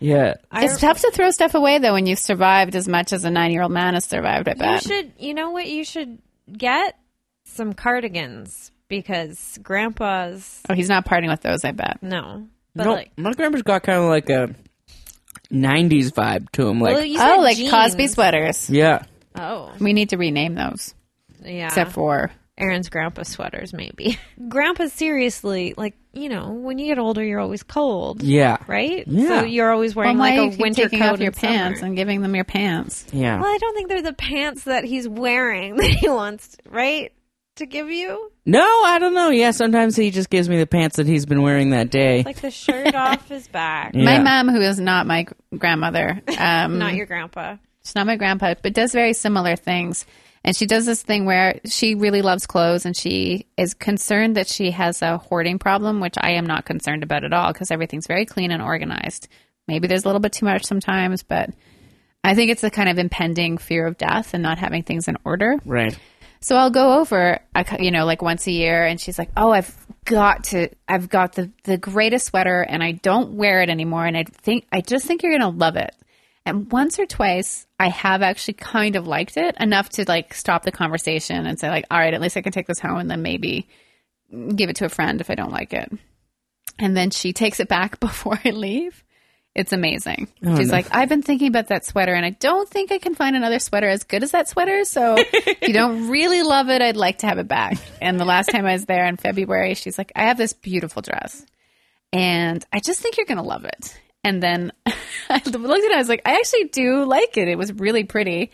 Yeah.
It's tough to throw stuff away, though, when you've survived as much as a nine year old man has survived, I
You
bet.
should. You know what? You should get some cardigans because grandpa's
oh, he's not parting with those, I bet.
no. But
no,
like,
my grandpa's got kind of like a 90s vibe to him. Like,
well, you said
Oh, like
jeans.
Cosby sweaters.
yeah.
Oh,
We need to rename those,
yeah.
except for.
Aaron's grandpa sweaters, maybe. Grandpa's seriously like you know when you get older, you're always cold,
Yeah.
right?
Yeah.
So you're always wearing
Well, why you
like a
keep
winter
taking
coat
off your
in summer.
pants and giving them your pants.
Yeah.
Well, I don't think they're the pants that he's wearing that he wants, right? To give you
No, I don't know. Yeah, sometimes he just gives me the pants that he's been wearing that day.
like the shirt off his back.
Yeah.
My mom, who is not my gr- grandmother, um,
Not your grandpa.
she's not my grandpa, but does very similar things. And she does this thing where she really loves clothes and she is concerned that she has a hoarding problem, which I am not concerned about at all because everything's very clean and organized. Maybe there's a little bit too much sometimes, but I think it's a kind of impending fear of death and not having things in order.
Right.
So I'll go over, I cu- you know, like once a year, and she's like, "Oh, I've got to, I've got the the greatest sweater, and I don't wear it anymore, and I think I just think you're gonna love it." And once or twice, I have actually kind of liked it enough to like stop the conversation and say, like, "All right, at least I can take this home, and then maybe give it to a friend if I don't like it." And then she takes it back before I leave. It's amazing. She's like, I've been thinking about that sweater, and I don't think I can find another sweater as good as that sweater. So if you don't really love it, I'd like to have it back. And the last time I was there in February, she's like, I have this beautiful dress, and I just think you're going to love it. And then I looked at it, I was like, I actually do like it. It was really pretty.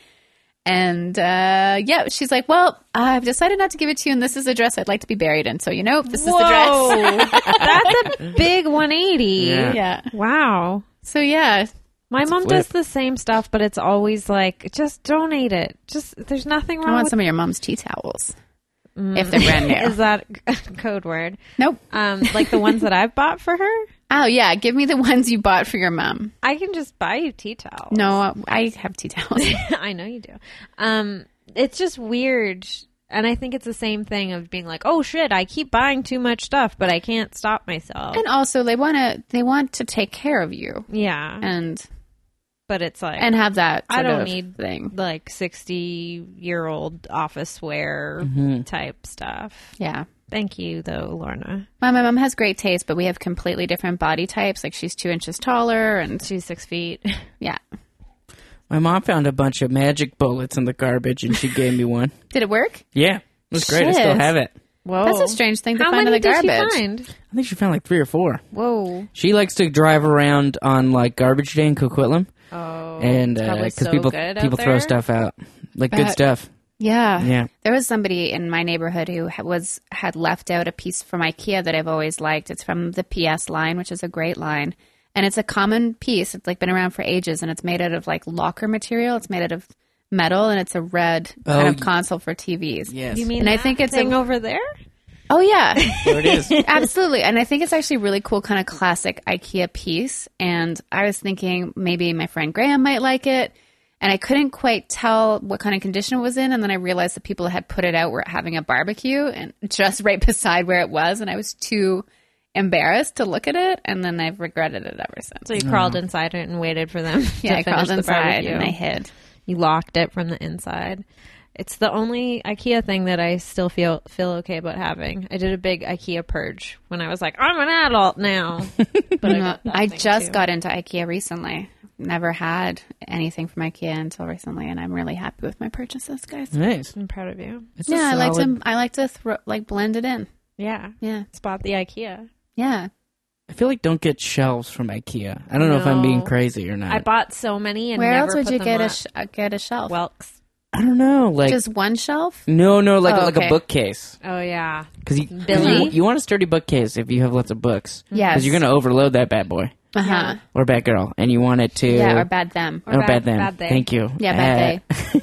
And uh, yeah, she's like, Well, I've decided not to give it to you, and this is the dress I'd like to be buried in. So, you know, this is the dress.
That's a big 180.
Yeah.
yeah.
Wow.
So, yeah,
My mom
flip.
does the same stuff, but it's always like, just donate it. Just there's nothing
I
wrong
want
with
some of your mom's tea towels.
Mm.
If they're brand
Is
new.
that a code word?
nope.
Um, like the ones that I've bought for her.
Oh, yeah. Give me the ones you bought for your mom.
I can just buy you tea towels.
No, I have tea towels.
I know you do. Um, it's just weird, and I think it's the same thing of being like, "Oh shit, I keep buying too much stuff, but I can't stop myself."
and also, they want to they want to take care of you
yeah,
and
but it's like,
and have that.
I
sort
don't
of
need
thing.
like sixty-year-old office wear
Mm-hmm.
type stuff.
Yeah.
Thank you, though, Lorna.
Well, my mom has great taste, but we have completely different body types. Like she's two inches taller, and
She's six feet.
yeah.
My mom found a bunch of magic bullets in the garbage and she gave me one.
Did it work?
Yeah. It was great. I still
Shit.
have it.
Whoa,
That's a strange thing to
Oh. How
find
many
in the
did
garbage.
she find?
I think she found like three or four.
Whoa,
She likes to drive around on like garbage day in Coquitlam. Oh. And
probably
because
so
people,
good out
people throw
there.
stuff out. Like good
Bet.
stuff.
Yeah.
Yeah.
There was somebody in my neighborhood who ha- was had left out a piece from IKEA that I've always liked. It's from the PS line, which is a great line. And it's a common piece. It's like been around for ages and it's made out of like locker material. It's made out of metal and it's a red
Oh,
kind of
y-
console for TVs.
Yes.
you mean?
And I
that
think it's a-
thing over there.
Oh yeah.
There it is.
Absolutely. And I think it's actually a really cool kind of classic IKEA piece. And I was thinking maybe my friend Graham might like it. And I couldn't quite tell what kind of condition it was in. And then I realized the people that had put it out were having a barbecue and just right beside where it was. And I was too embarrassed to look at it. And then I've regretted it ever since.
So you crawled inside it and waited for them.
yeah,
to
I
finish
crawled
the
inside
barbecue.
and I hid.
You locked it from the inside. It's the only IKEA thing that I still feel feel okay about having. I did a big IKEA purge when I was like, I'm an adult now. but I,
No,
got that
I
thing
just
too.
got into IKEA recently. Never had anything from IKEA until recently. And I'm really happy with my purchases, guys.
nice.
I'm proud of you.
It's a
Yeah, I like
solid-
to I like to throw like blend it in.
Yeah,
Yeah,
spot the IKEA.
yeah.
I feel like don't get shelves from IKEA. I don't know if I'm
No.
being crazy or not.
I bought so many and
Where
never
else would
put
you
them
get a
up.
sh- uh, get a shelf?
Welks?
I don't know. Like
just one shelf.
no, no, like
Oh,
like
okay.
a bookcase
Oh yeah,
because you 'cause
Billy?
you, you want a sturdy bookcase if you have lots of books
Yes,
because you're gonna overload that bad boy
Uh huh.
or bad girl and you want it to
Yeah. or bad them.
Or
or
bad-
bad them.
bad they.
Thank you.
Yeah, bad
Uh,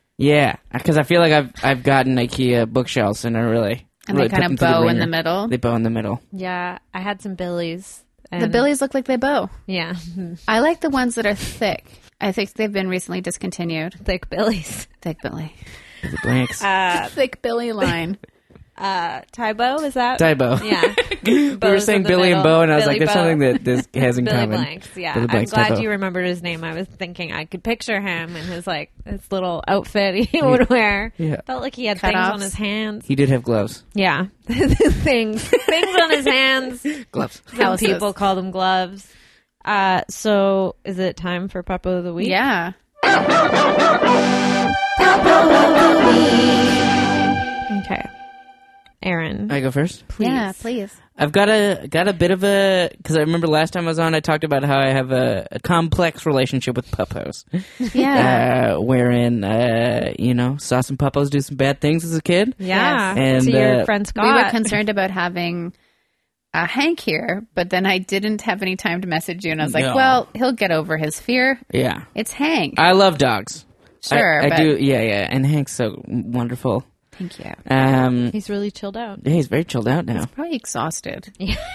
Yeah, because I feel like I've I've gotten IKEA bookshelves and I really
And
really
they kind
put
of
them through
bow in
ringer.
the middle.
They bow in the middle.
yeah. I had some Billies And
The Billies look like they bow.
yeah,
I like the ones that are thick. I think they've been recently discontinued.
thick Billies.
Thick Billy.
The blanks.
thick Billy line.
Uh, Tybo is that?
Tybo.
Yeah,
we were saying Billy and Bo, and I was like, "There's something
that.
that this has in
Billy
common."
Blanks, yeah.
Billy Blanks,
I'm glad
Tybo.
you remembered his name. I was thinking I could picture him and his like his little outfit he would wear.
Yeah.
Felt like he had things on
Cutoffs.
his hands.
He did have gloves.
Yeah, things things on his hands. Some
Gloves.
Calluses.
people call them gloves. Uh, so is it time for Puppo of the Week?
Yeah.
Okay. Aaron,
I go first.
please.
Yeah, please.
I've got a got a bit of a because I remember last time I was on, I talked about how I have a, a complex relationship with puppos,
Uh-huh. Yeah.
uh, wherein uh, you know saw some puppos do some bad things as a kid.
Yeah.
Yes.
to
And,
your
uh,
friend
we were
Scott.
concerned about having uh, Hank here, but then I didn't have any time to message you, and I was like,
No.
"Well, he'll get over his fear.
Yeah,
It's Hank."
I love dogs. I-
Sure,
I,
but-
do. Yeah, yeah, and Hank's so wonderful.
Thank you.
Um,
He's really chilled out.
yeah, he's very chilled out now.
Probably exhausted.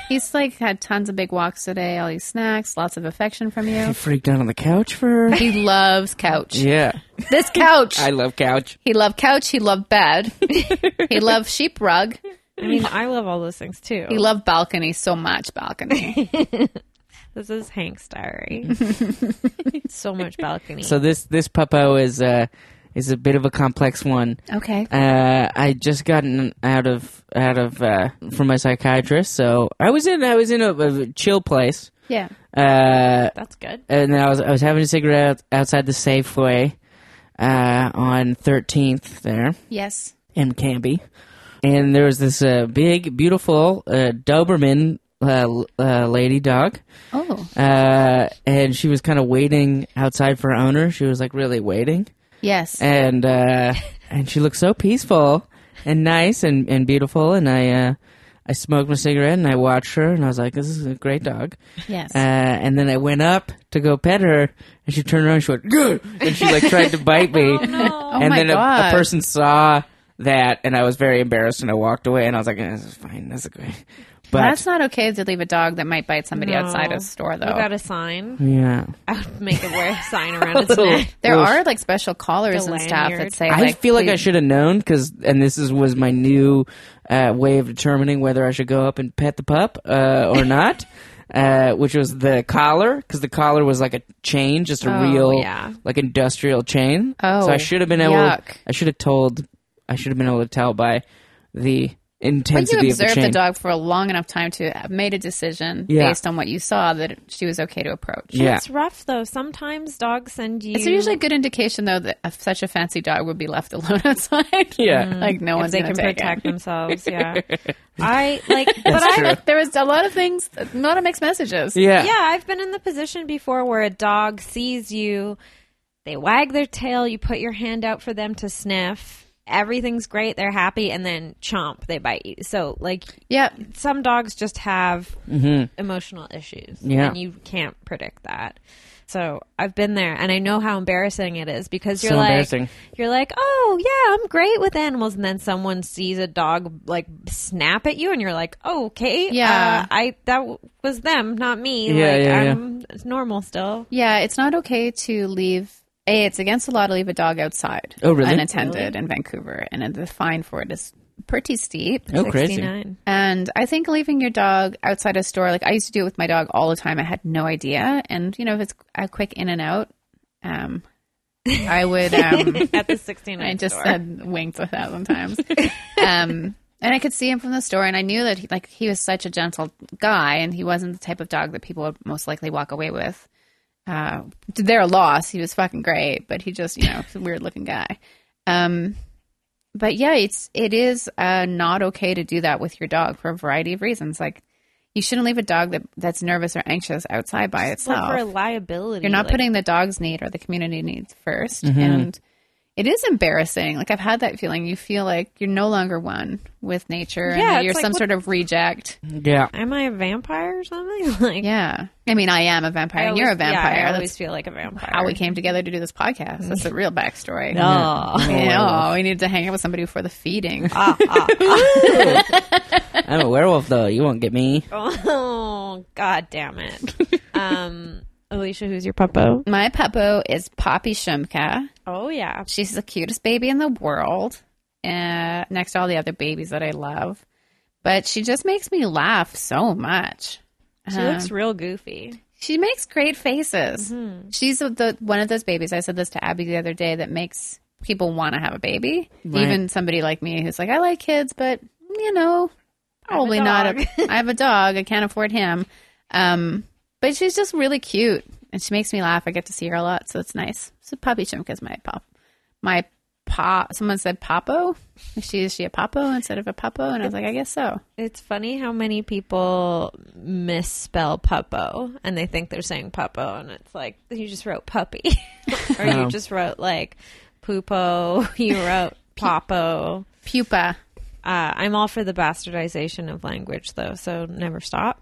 He's like had tons of big walks today, all these snacks, lots of affection from
He
you.
freaked out on the couch for
He loves couch.
yeah.
This couch.
I love couch.
He loved couch. He loved bed. he loved sheep rug.
I mean, I love all those things too.
He loved balcony so much. Balcony.
this is Hank's diary. so much balcony.
So this this puppo is uh, is a bit of a complex one.
Okay.
uh, I just gotten out of out of uh, from my psychiatrist, so I was in I was in a, a chill place,
Yeah.
uh,
That's good.
and then I was I was having a cigarette outside the Safeway uh, on Thirteenth there
Yes.
in Canby, and there was this uh, big beautiful uh, Doberman uh, l- uh, lady dog,
Oh.
uh, and she was kind of waiting outside for her owner. She was like really waiting
Yes.
and uh, and she looked so peaceful and nice and, and beautiful. And I uh, I smoked my cigarette and I watched her and I was like, this is a great dog.
yes.
Uh, and then I went up to go pet her and she turned around and she went, "Gah!" and she like tried to bite me.
Oh, no.
and
Oh my
then a, a
God.
person saw that and I was very embarrassed and I walked away and I was like, eh, this is fine, this is great. But
That's not okay to leave a dog that might bite somebody outside
No.
a store, though.
You got a sign.
yeah.
I would make it wear a sign around its
Little-
neck.
there
little
are like special collars
The
and stuff
lanyard.
that say.
I
like,
feel like I
please-
should have known because, and this is was my new uh, way of determining whether I should go up and pet the pup uh, or not, uh, which was the collar because the collar was like a chain, just a real
yeah.
like industrial chain.
Oh,
so I should have been able.
yuck.
I should have told. I should have been able to tell by the
But you
intensity of the
observed the,
chain.
dog for a long enough time to have made a decision
Yeah.
based on what you saw that she was okay to approach.
Yeah.
It's rough though. Sometimes dogs send you.
It's usually a good indication, though, that a, such a fancy dog would be left alone outside.
Yeah.
like no
if
one's
they can
going to take
protect
it.
themselves. Yeah, I like, but
That's
I.
true.
There was a lot of things, a lot of mixed messages.
Yeah.
Yeah, I've been in the position before where a dog sees you, they wag their tail, you put your hand out for them to sniff. Everything's great, they're happy, and then chomp, they bite you. So, like,
Yeah.
some dogs just have emotional issues
Mm-hmm. Yeah.
and you can't predict that so i've been there and i know how embarrassing it is because you're
So
like
embarrassing.
you're like oh yeah i'm great with animals and then someone sees a dog like snap at you and you're like oh, okay
Yeah.
uh, i that w- was them not me
Yeah,
like
yeah, yeah.
i'm it's normal still
Yeah, it's not okay to leave. A, it's against the law to leave a dog outside.
Oh, really?
Unattended in Vancouver, and the fine for it is pretty steep.
Oh, crazy.
69
And I think leaving your dog outside a store, like I used to do it with my dog all the time. I had no idea, and you know, if it's a quick in and out, um, I would. Um,
at the 69
I just
store.
said winked a thousand times. um, and I could see him from the store, and I knew that he, like he was such a gentle guy, and he wasn't the type of dog that people would most likely walk away with. Uh, to their loss, he was fucking great, but he just you know was a weird looking guy. Um, but yeah, it's it is uh, not okay to do that with your dog for a variety of reasons. Like you shouldn't leave a dog that that's nervous or anxious outside by
it's like
itself.
for a liability
You're not
like- Mm-hmm.
putting the dog's need or the community needs 1st And it is embarrassing. Like I've had that feeling. You feel like you're no longer one with nature
Yeah,
and that
it's
you're
like,
some
what- Mm-hmm.
sort of reject.
Yeah.
am i a vampire or something like
Yeah. I mean, I am a vampire
I
and you're a
always- yeah,
vampire.
i always
That's
feel like a vampire
how we came together to do this podcast. That's the real backstory.
oh Ah.
Yeah, oh, we needed to hang out with somebody before the feeding.
I'm a werewolf though. You won't get me.
Oh, god damn it. um, Alicia, who's your puppo?
My puppo is Poppy Shumka.
Oh, yeah.
She's the cutest baby in the world, uh, next to all the other babies that I love. But she just makes me laugh so much.
She looks real goofy.
She makes great faces. She's the- the one of those babies. I said this to Abby the other day that makes people want to have a baby.
Right.
Even somebody like me who's like, I like kids, but you know, probably not. A, I have a dog. I can't afford him. Um, but she's just really cute, and she makes me laugh. I get to see her a lot, so it's nice. So Poppy Chimka is my pop, my pop. Someone said Papo. Is she is she a Papo instead of a Papo? And I was like, I guess so.
It's funny how many people misspell puppo and they think they're saying puppo, and it's like you just wrote puppy, or you
Oh.
just wrote like poopo, you wrote poppo.
Pupa.
Uh, I'm all for the bastardization of language, though, so never stop.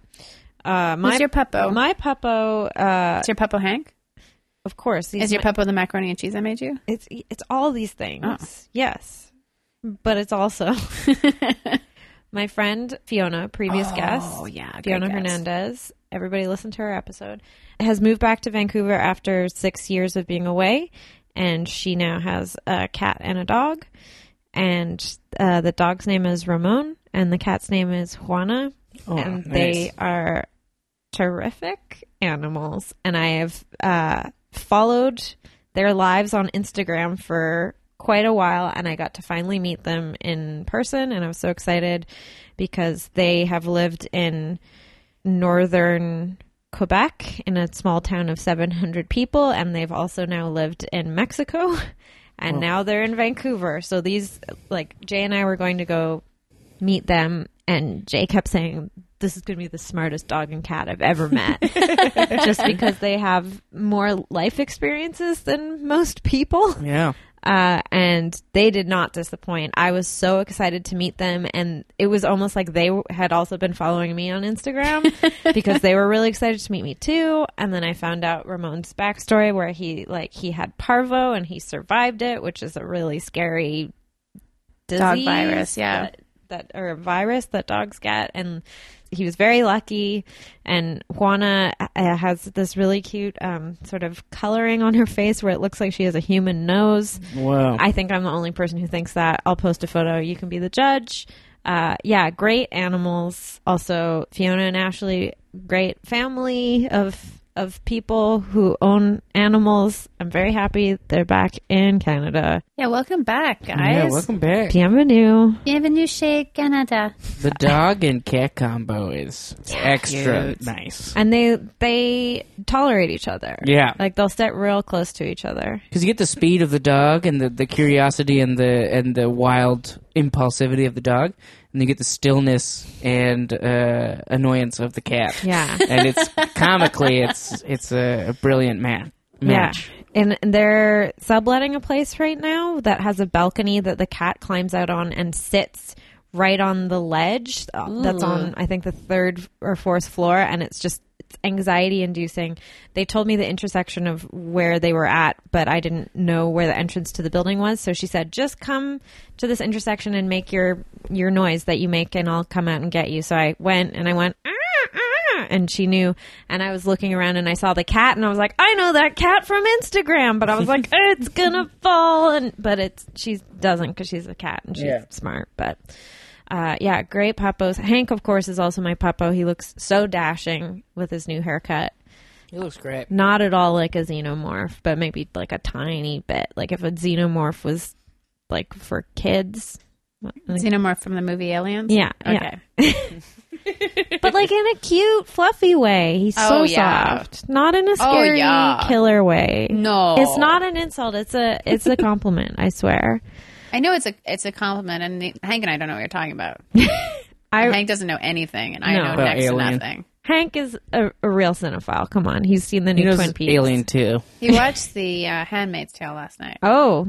Uh, my,
Who's your puppo?
My puppo, uh,
Is your Papo Hank?
of course, he's
Is your
my-
Papo the macaroni and cheese I made you?
it's it's all these things.
Oh.
Yes, but it's also my friend Fiona, previous guest.
Oh, yeah, great
Fiona
guest.
Hernandez. Everybody listen to her episode. Has moved back to Vancouver after six years of being away, and she now has a cat and a dog. And uh, the dog's name is Ramon, and the cat's name is Juana, and they
nice.
are terrific animals. And I have uh, followed their lives on Instagram for quite a while, and I got to finally meet them in person. And I was so excited because they have lived in northern Quebec in a small town of 700 people, and they've also now lived in Mexico. And now they're in Vancouver. So these, like, Jay and I were going to go meet them and Jay kept saying this is going to be the smartest dog and cat I've ever met just because they have more life experiences than most people
Yeah.
uh, and they did not disappoint. I was so excited to meet them, and it was almost like they w- had also been following me on Instagram because they were really excited to meet me too. And then I found out Ramon's backstory, where he like he had parvo and he survived it, which is a really scary disease
Dog virus, yeah.
that, that or a virus that dogs get, and he was very lucky. And Juana uh, has this really cute um, sort of coloring on her face where it looks like she has a human nose.
Wow.
I think I'm the only person who thinks that. I'll post a photo. You can be the judge. Uh, yeah, great animals. Also, Fiona and Ashley, great family of of people who own animals. I'm very happy they're back in Canada.
Yeah, welcome back, guys.
yeah. Welcome back.
Bienvenue.
Bienvenue chez Canada.
The dog and cat combo is extra nice
And they they tolerate each other.
Yeah.
like they'll sit real close to each other.
because you get the speed of the dog and the, the curiosity and the and the wild impulsivity of the dog, and you get the stillness and uh, annoyance of the cat.
Yeah.
and it's comically it's it's a, a brilliant ma- match.
Yeah. And they're subletting a place right now that has a balcony that the cat climbs out on and sits right on the ledge uh, that's on I think the third or fourth floor and it's just it's anxiety inducing. They told me the intersection of where they were at, but I didn't know where the entrance to the building was. So she said, "Just come to this intersection and make your your noise that you make and I'll come out and get you." So I went and I went, "Ah, ah," and she knew and i was looking around and i saw the cat and i was like i know that cat from instagram but i was like it's gonna fall and but it's she doesn't because she's a cat and she's
Yeah.
smart but uh, yeah great puppos hank of course is also my puppo he looks so dashing with his new haircut
It looks great.
not at all like a xenomorph but maybe like a tiny bit like if a xenomorph was like for kids
Xenomorph from the movie Aliens.
yeah yeah
Okay.
but like in a cute, fluffy way. He's so
Oh, yeah. Oh,
soft, not in a scary,
yeah.
killer way.
No.
it's not an insult. It's a it's a compliment. I swear.
I know it's a it's a compliment, and the- Hank and I don't know what you're talking about.
I-
Hank doesn't know anything, and I
No.
know
About
next
Alien.
to nothing.
Hank is a, a real cinephile. Come on, he's seen the
He
new
knows
Twin Peaks.
Alien too.
He watched the uh, Handmaid's Tale last night.
Oh,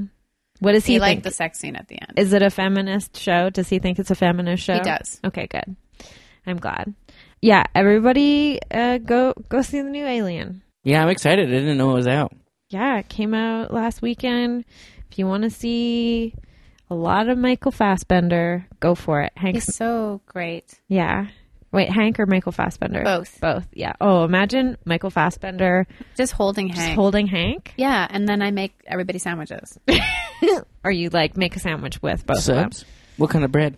what does
he
he,
liked
think?
the sex scene at the end.
is it a feminist show? Does he think it's a feminist show?
He does.
Okay, good. I'm glad. Yeah, everybody, uh, go go see the new Alien.
Yeah, I'm excited. I didn't know it was out.
yeah, it came out last weekend. If you want to see A lot of Michael Fassbender. Go for it. Hank.
He's so great.
Yeah. Wait, Hank or Michael Fassbender?
Both.
Both. Yeah. Oh, imagine Michael Fassbender
Just holding Hank.
holding Hank.
yeah, and then I make everybody sandwiches.
Or you like make a sandwich with both of
Subs. What kind of bread?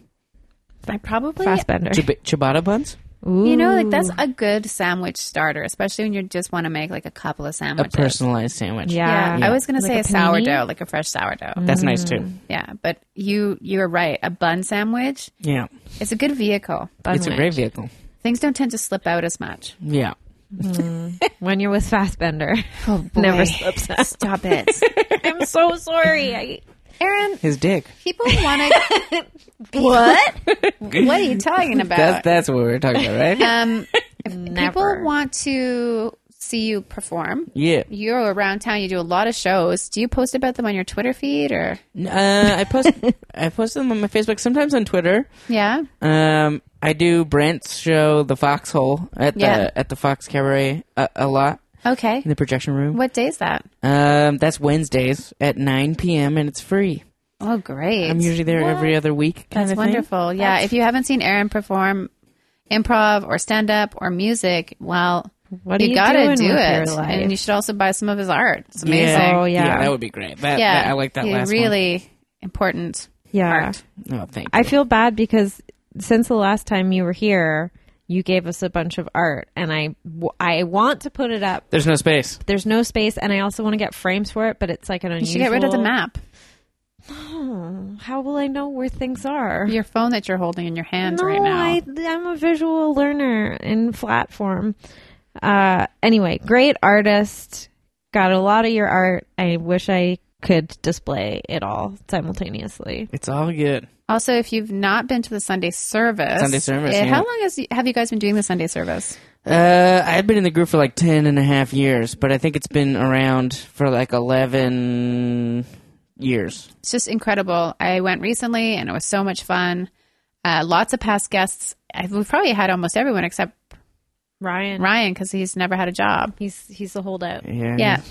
I probably,
them. Fassbender.
Chib- ciabatta buns?
Ooh.
you know, like that's a good sandwich starter, especially when you just want to make like a couple of
A
sandwiches.
personalized sandwich.
Yeah.
Yeah, I was gonna
Like
say
a
a,
panini?
sourdough, like a fresh sourdough.
That's nice too.
Yeah, but you you're right. A bun sandwich
Yeah.
is a good vehicle.
Bun
it's a
wedge.
great vehicle.
Things don't tend to slip out as much.
Yeah.
When you're with Fassbender.
Oh boy.
Never slips out.
Stop it.
I'm so sorry. I,
Aaron,
His dick.
people want to What? what are you talking about?
That's that's what we were talking about, right?
um
never.
people want to see you perform.
yeah.
You're around town, you do a lot of shows. Do you post about them on your Twitter feed or
Uh, I post I post them on my Facebook, sometimes on Twitter.
Yeah?
Um, I do Brent's show, The Foxhole, at
Yeah.
the at the Fox Cabaret a, a lot
Okay.
in the projection room.
What day is that?
Um, that's Wednesdays at 9 p.m. and it's free.
Oh great.
I'm usually there every other week. Kind
That's
of thing.
wonderful. Yeah. if you haven't seen Aaron perform improv or stand up or music, well,
What are
you,
you
gotta
doing
do
with
it.
your life?
And you should also buy some of his art. It's amazing.
Yeah.
Oh, yeah.
that would be great. That,
Yeah,
that- I like that
he
last
really important.
yeah.
art.
one. Oh, thank you.
I feel bad because since the last time you were here, you gave us a bunch of art, and I, w- I want to put it up.
There's no space.
There's no space, and I also want to get frames for it, but it's like an
You
unusual.
should get rid of the map.
How will I know where things are?
Your phone that you're holding in your hand
no,
right now.
I, I'm a visual learner in flat form. Uh, anyway, great artist. Got a lot of your art. I wish I could display it all simultaneously.
It's all good.
also, if you've not been to the Sunday service,
Sunday service,
eh,
yeah.
how long has, have you guys been doing the Sunday service?
Uh, I've been in the group for like 10 and a half years, but I think it's been around for like 11 years.
It's just incredible. I went recently, and it was so much fun. Uh, lots of past guests. I, we've probably had almost everyone except
Ryan,
Ryan because he's never had a job.
he's he's a holdout.
Yeah.
Yeah.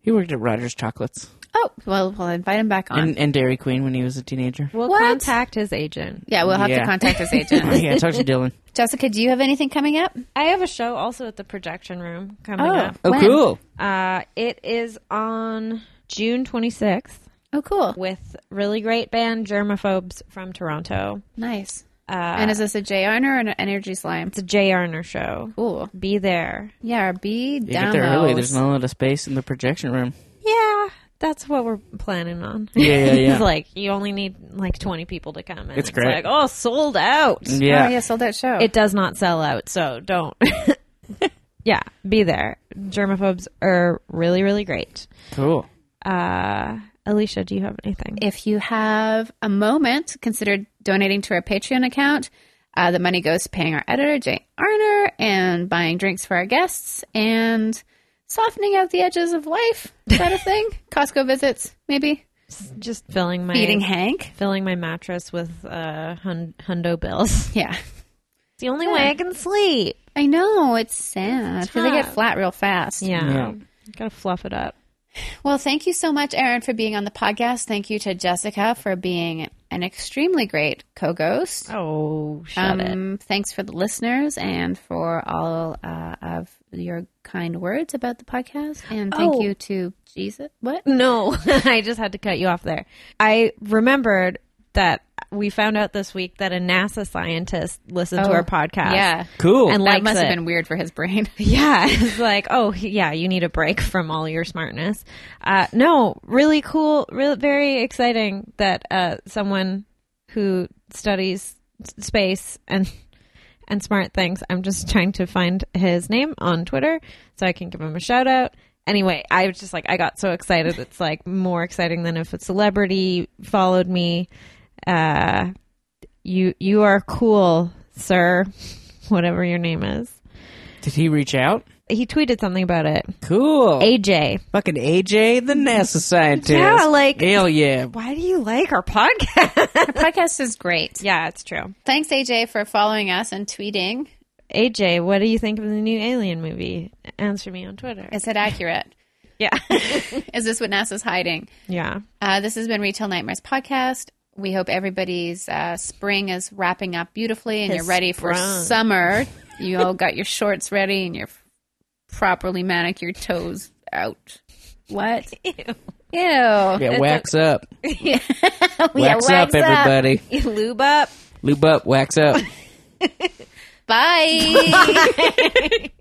He worked at Rogers Chocolates
Oh, well, we'll invite him back on.
and, and Dairy Queen when he was a teenager.
We'll
What?
contact his agent.
yeah, we'll have
Yeah.
to contact his
Oh,
agent.
yeah, talk to Dylan.
Jessica, do you have anything coming up?
I have a show also at the projection room coming up.
Oh,
when?
cool.
Uh, it is on June 26th
Oh, cool.
with really great band Germaphobes from Toronto.
Nice.
Uh,
and is this a J Arner or an energy slime?
It's a Jay Arner show.
Cool.
Be there.
Yeah, or B
You get there early. There's not a lot of space in the projection room.
Yeah, that's what we're planning on.
Yeah, yeah, yeah.
it's like you only need like 20 people to come. And it's,
great.
like, oh, sold out.
Yeah.
Oh, yeah, sold that show.
It does not sell out, so don't. yeah, be there. Germaphobes are really, really great.
Cool.
Uh, Alicia, do you have anything?
if you have a moment, consider donating to our Patreon account. Uh, the money goes to paying our editor, Jay Arner, and buying drinks for our guests and softening out the edges of life. Is that a thing? Costco visits, maybe?
Just filling my
Feeding Hank?
filling my mattress with uh, hun- hundo bills.
Yeah.
It's the only way I can sleep.
I know it's sad because they get
Tough.
flat real fast.
Yeah, gotta fluff it up.
Well, thank you so much, Erin, for being on the podcast. Thank you to Jessica for being an extremely great co-ghost. Um,
Oh, shut it.
thanks for the listeners and for all uh, of your kind words about the podcast. And thank
Oh.
you to Jesus. What?
No, I just had to cut you off there. I remembered that we found out this week that a NASA scientist listened to
Oh,
our podcast.
Yeah,
Cool.
And
that
likes
must
it.
have been weird for his brain.
Yeah, it's like, oh, he- yeah, you need a break from all your smartness. Uh, no, really cool, real, very exciting that uh, someone who studies s- space and and smart things. I'm just trying to find his name on Twitter so I can give him a shout out. Anyway, I was just like, I got so excited. It's like more exciting than if a celebrity followed me. Uh, you you are cool, sir. Whatever your name is
Did he reach out?
he tweeted something about it.
Cool.
AJ,
Fucking AJ, the NASA scientist.
Yeah, like-
hell yeah.
why do you like our podcast?
podcast is great.
yeah, it's true.
Thanks, AJ, for following us and tweeting.
AJ, what do you think of the new Alien movie? Answer me on Twitter.
Is it accurate?
Yeah,
is this what NASA's hiding?
yeah.
Uh, this has been Retail Nightmares Podcast. We hope everybody's uh, spring is wrapping up beautifully and
Has
you're ready for
sprung.
summer. You all got your shorts ready and your properly manicured toes out. What? Ew. Ew.
Yeah, wax up. wax
wax
up,
up.
everybody.
You lube up.
Lube up, wax up.
Bye.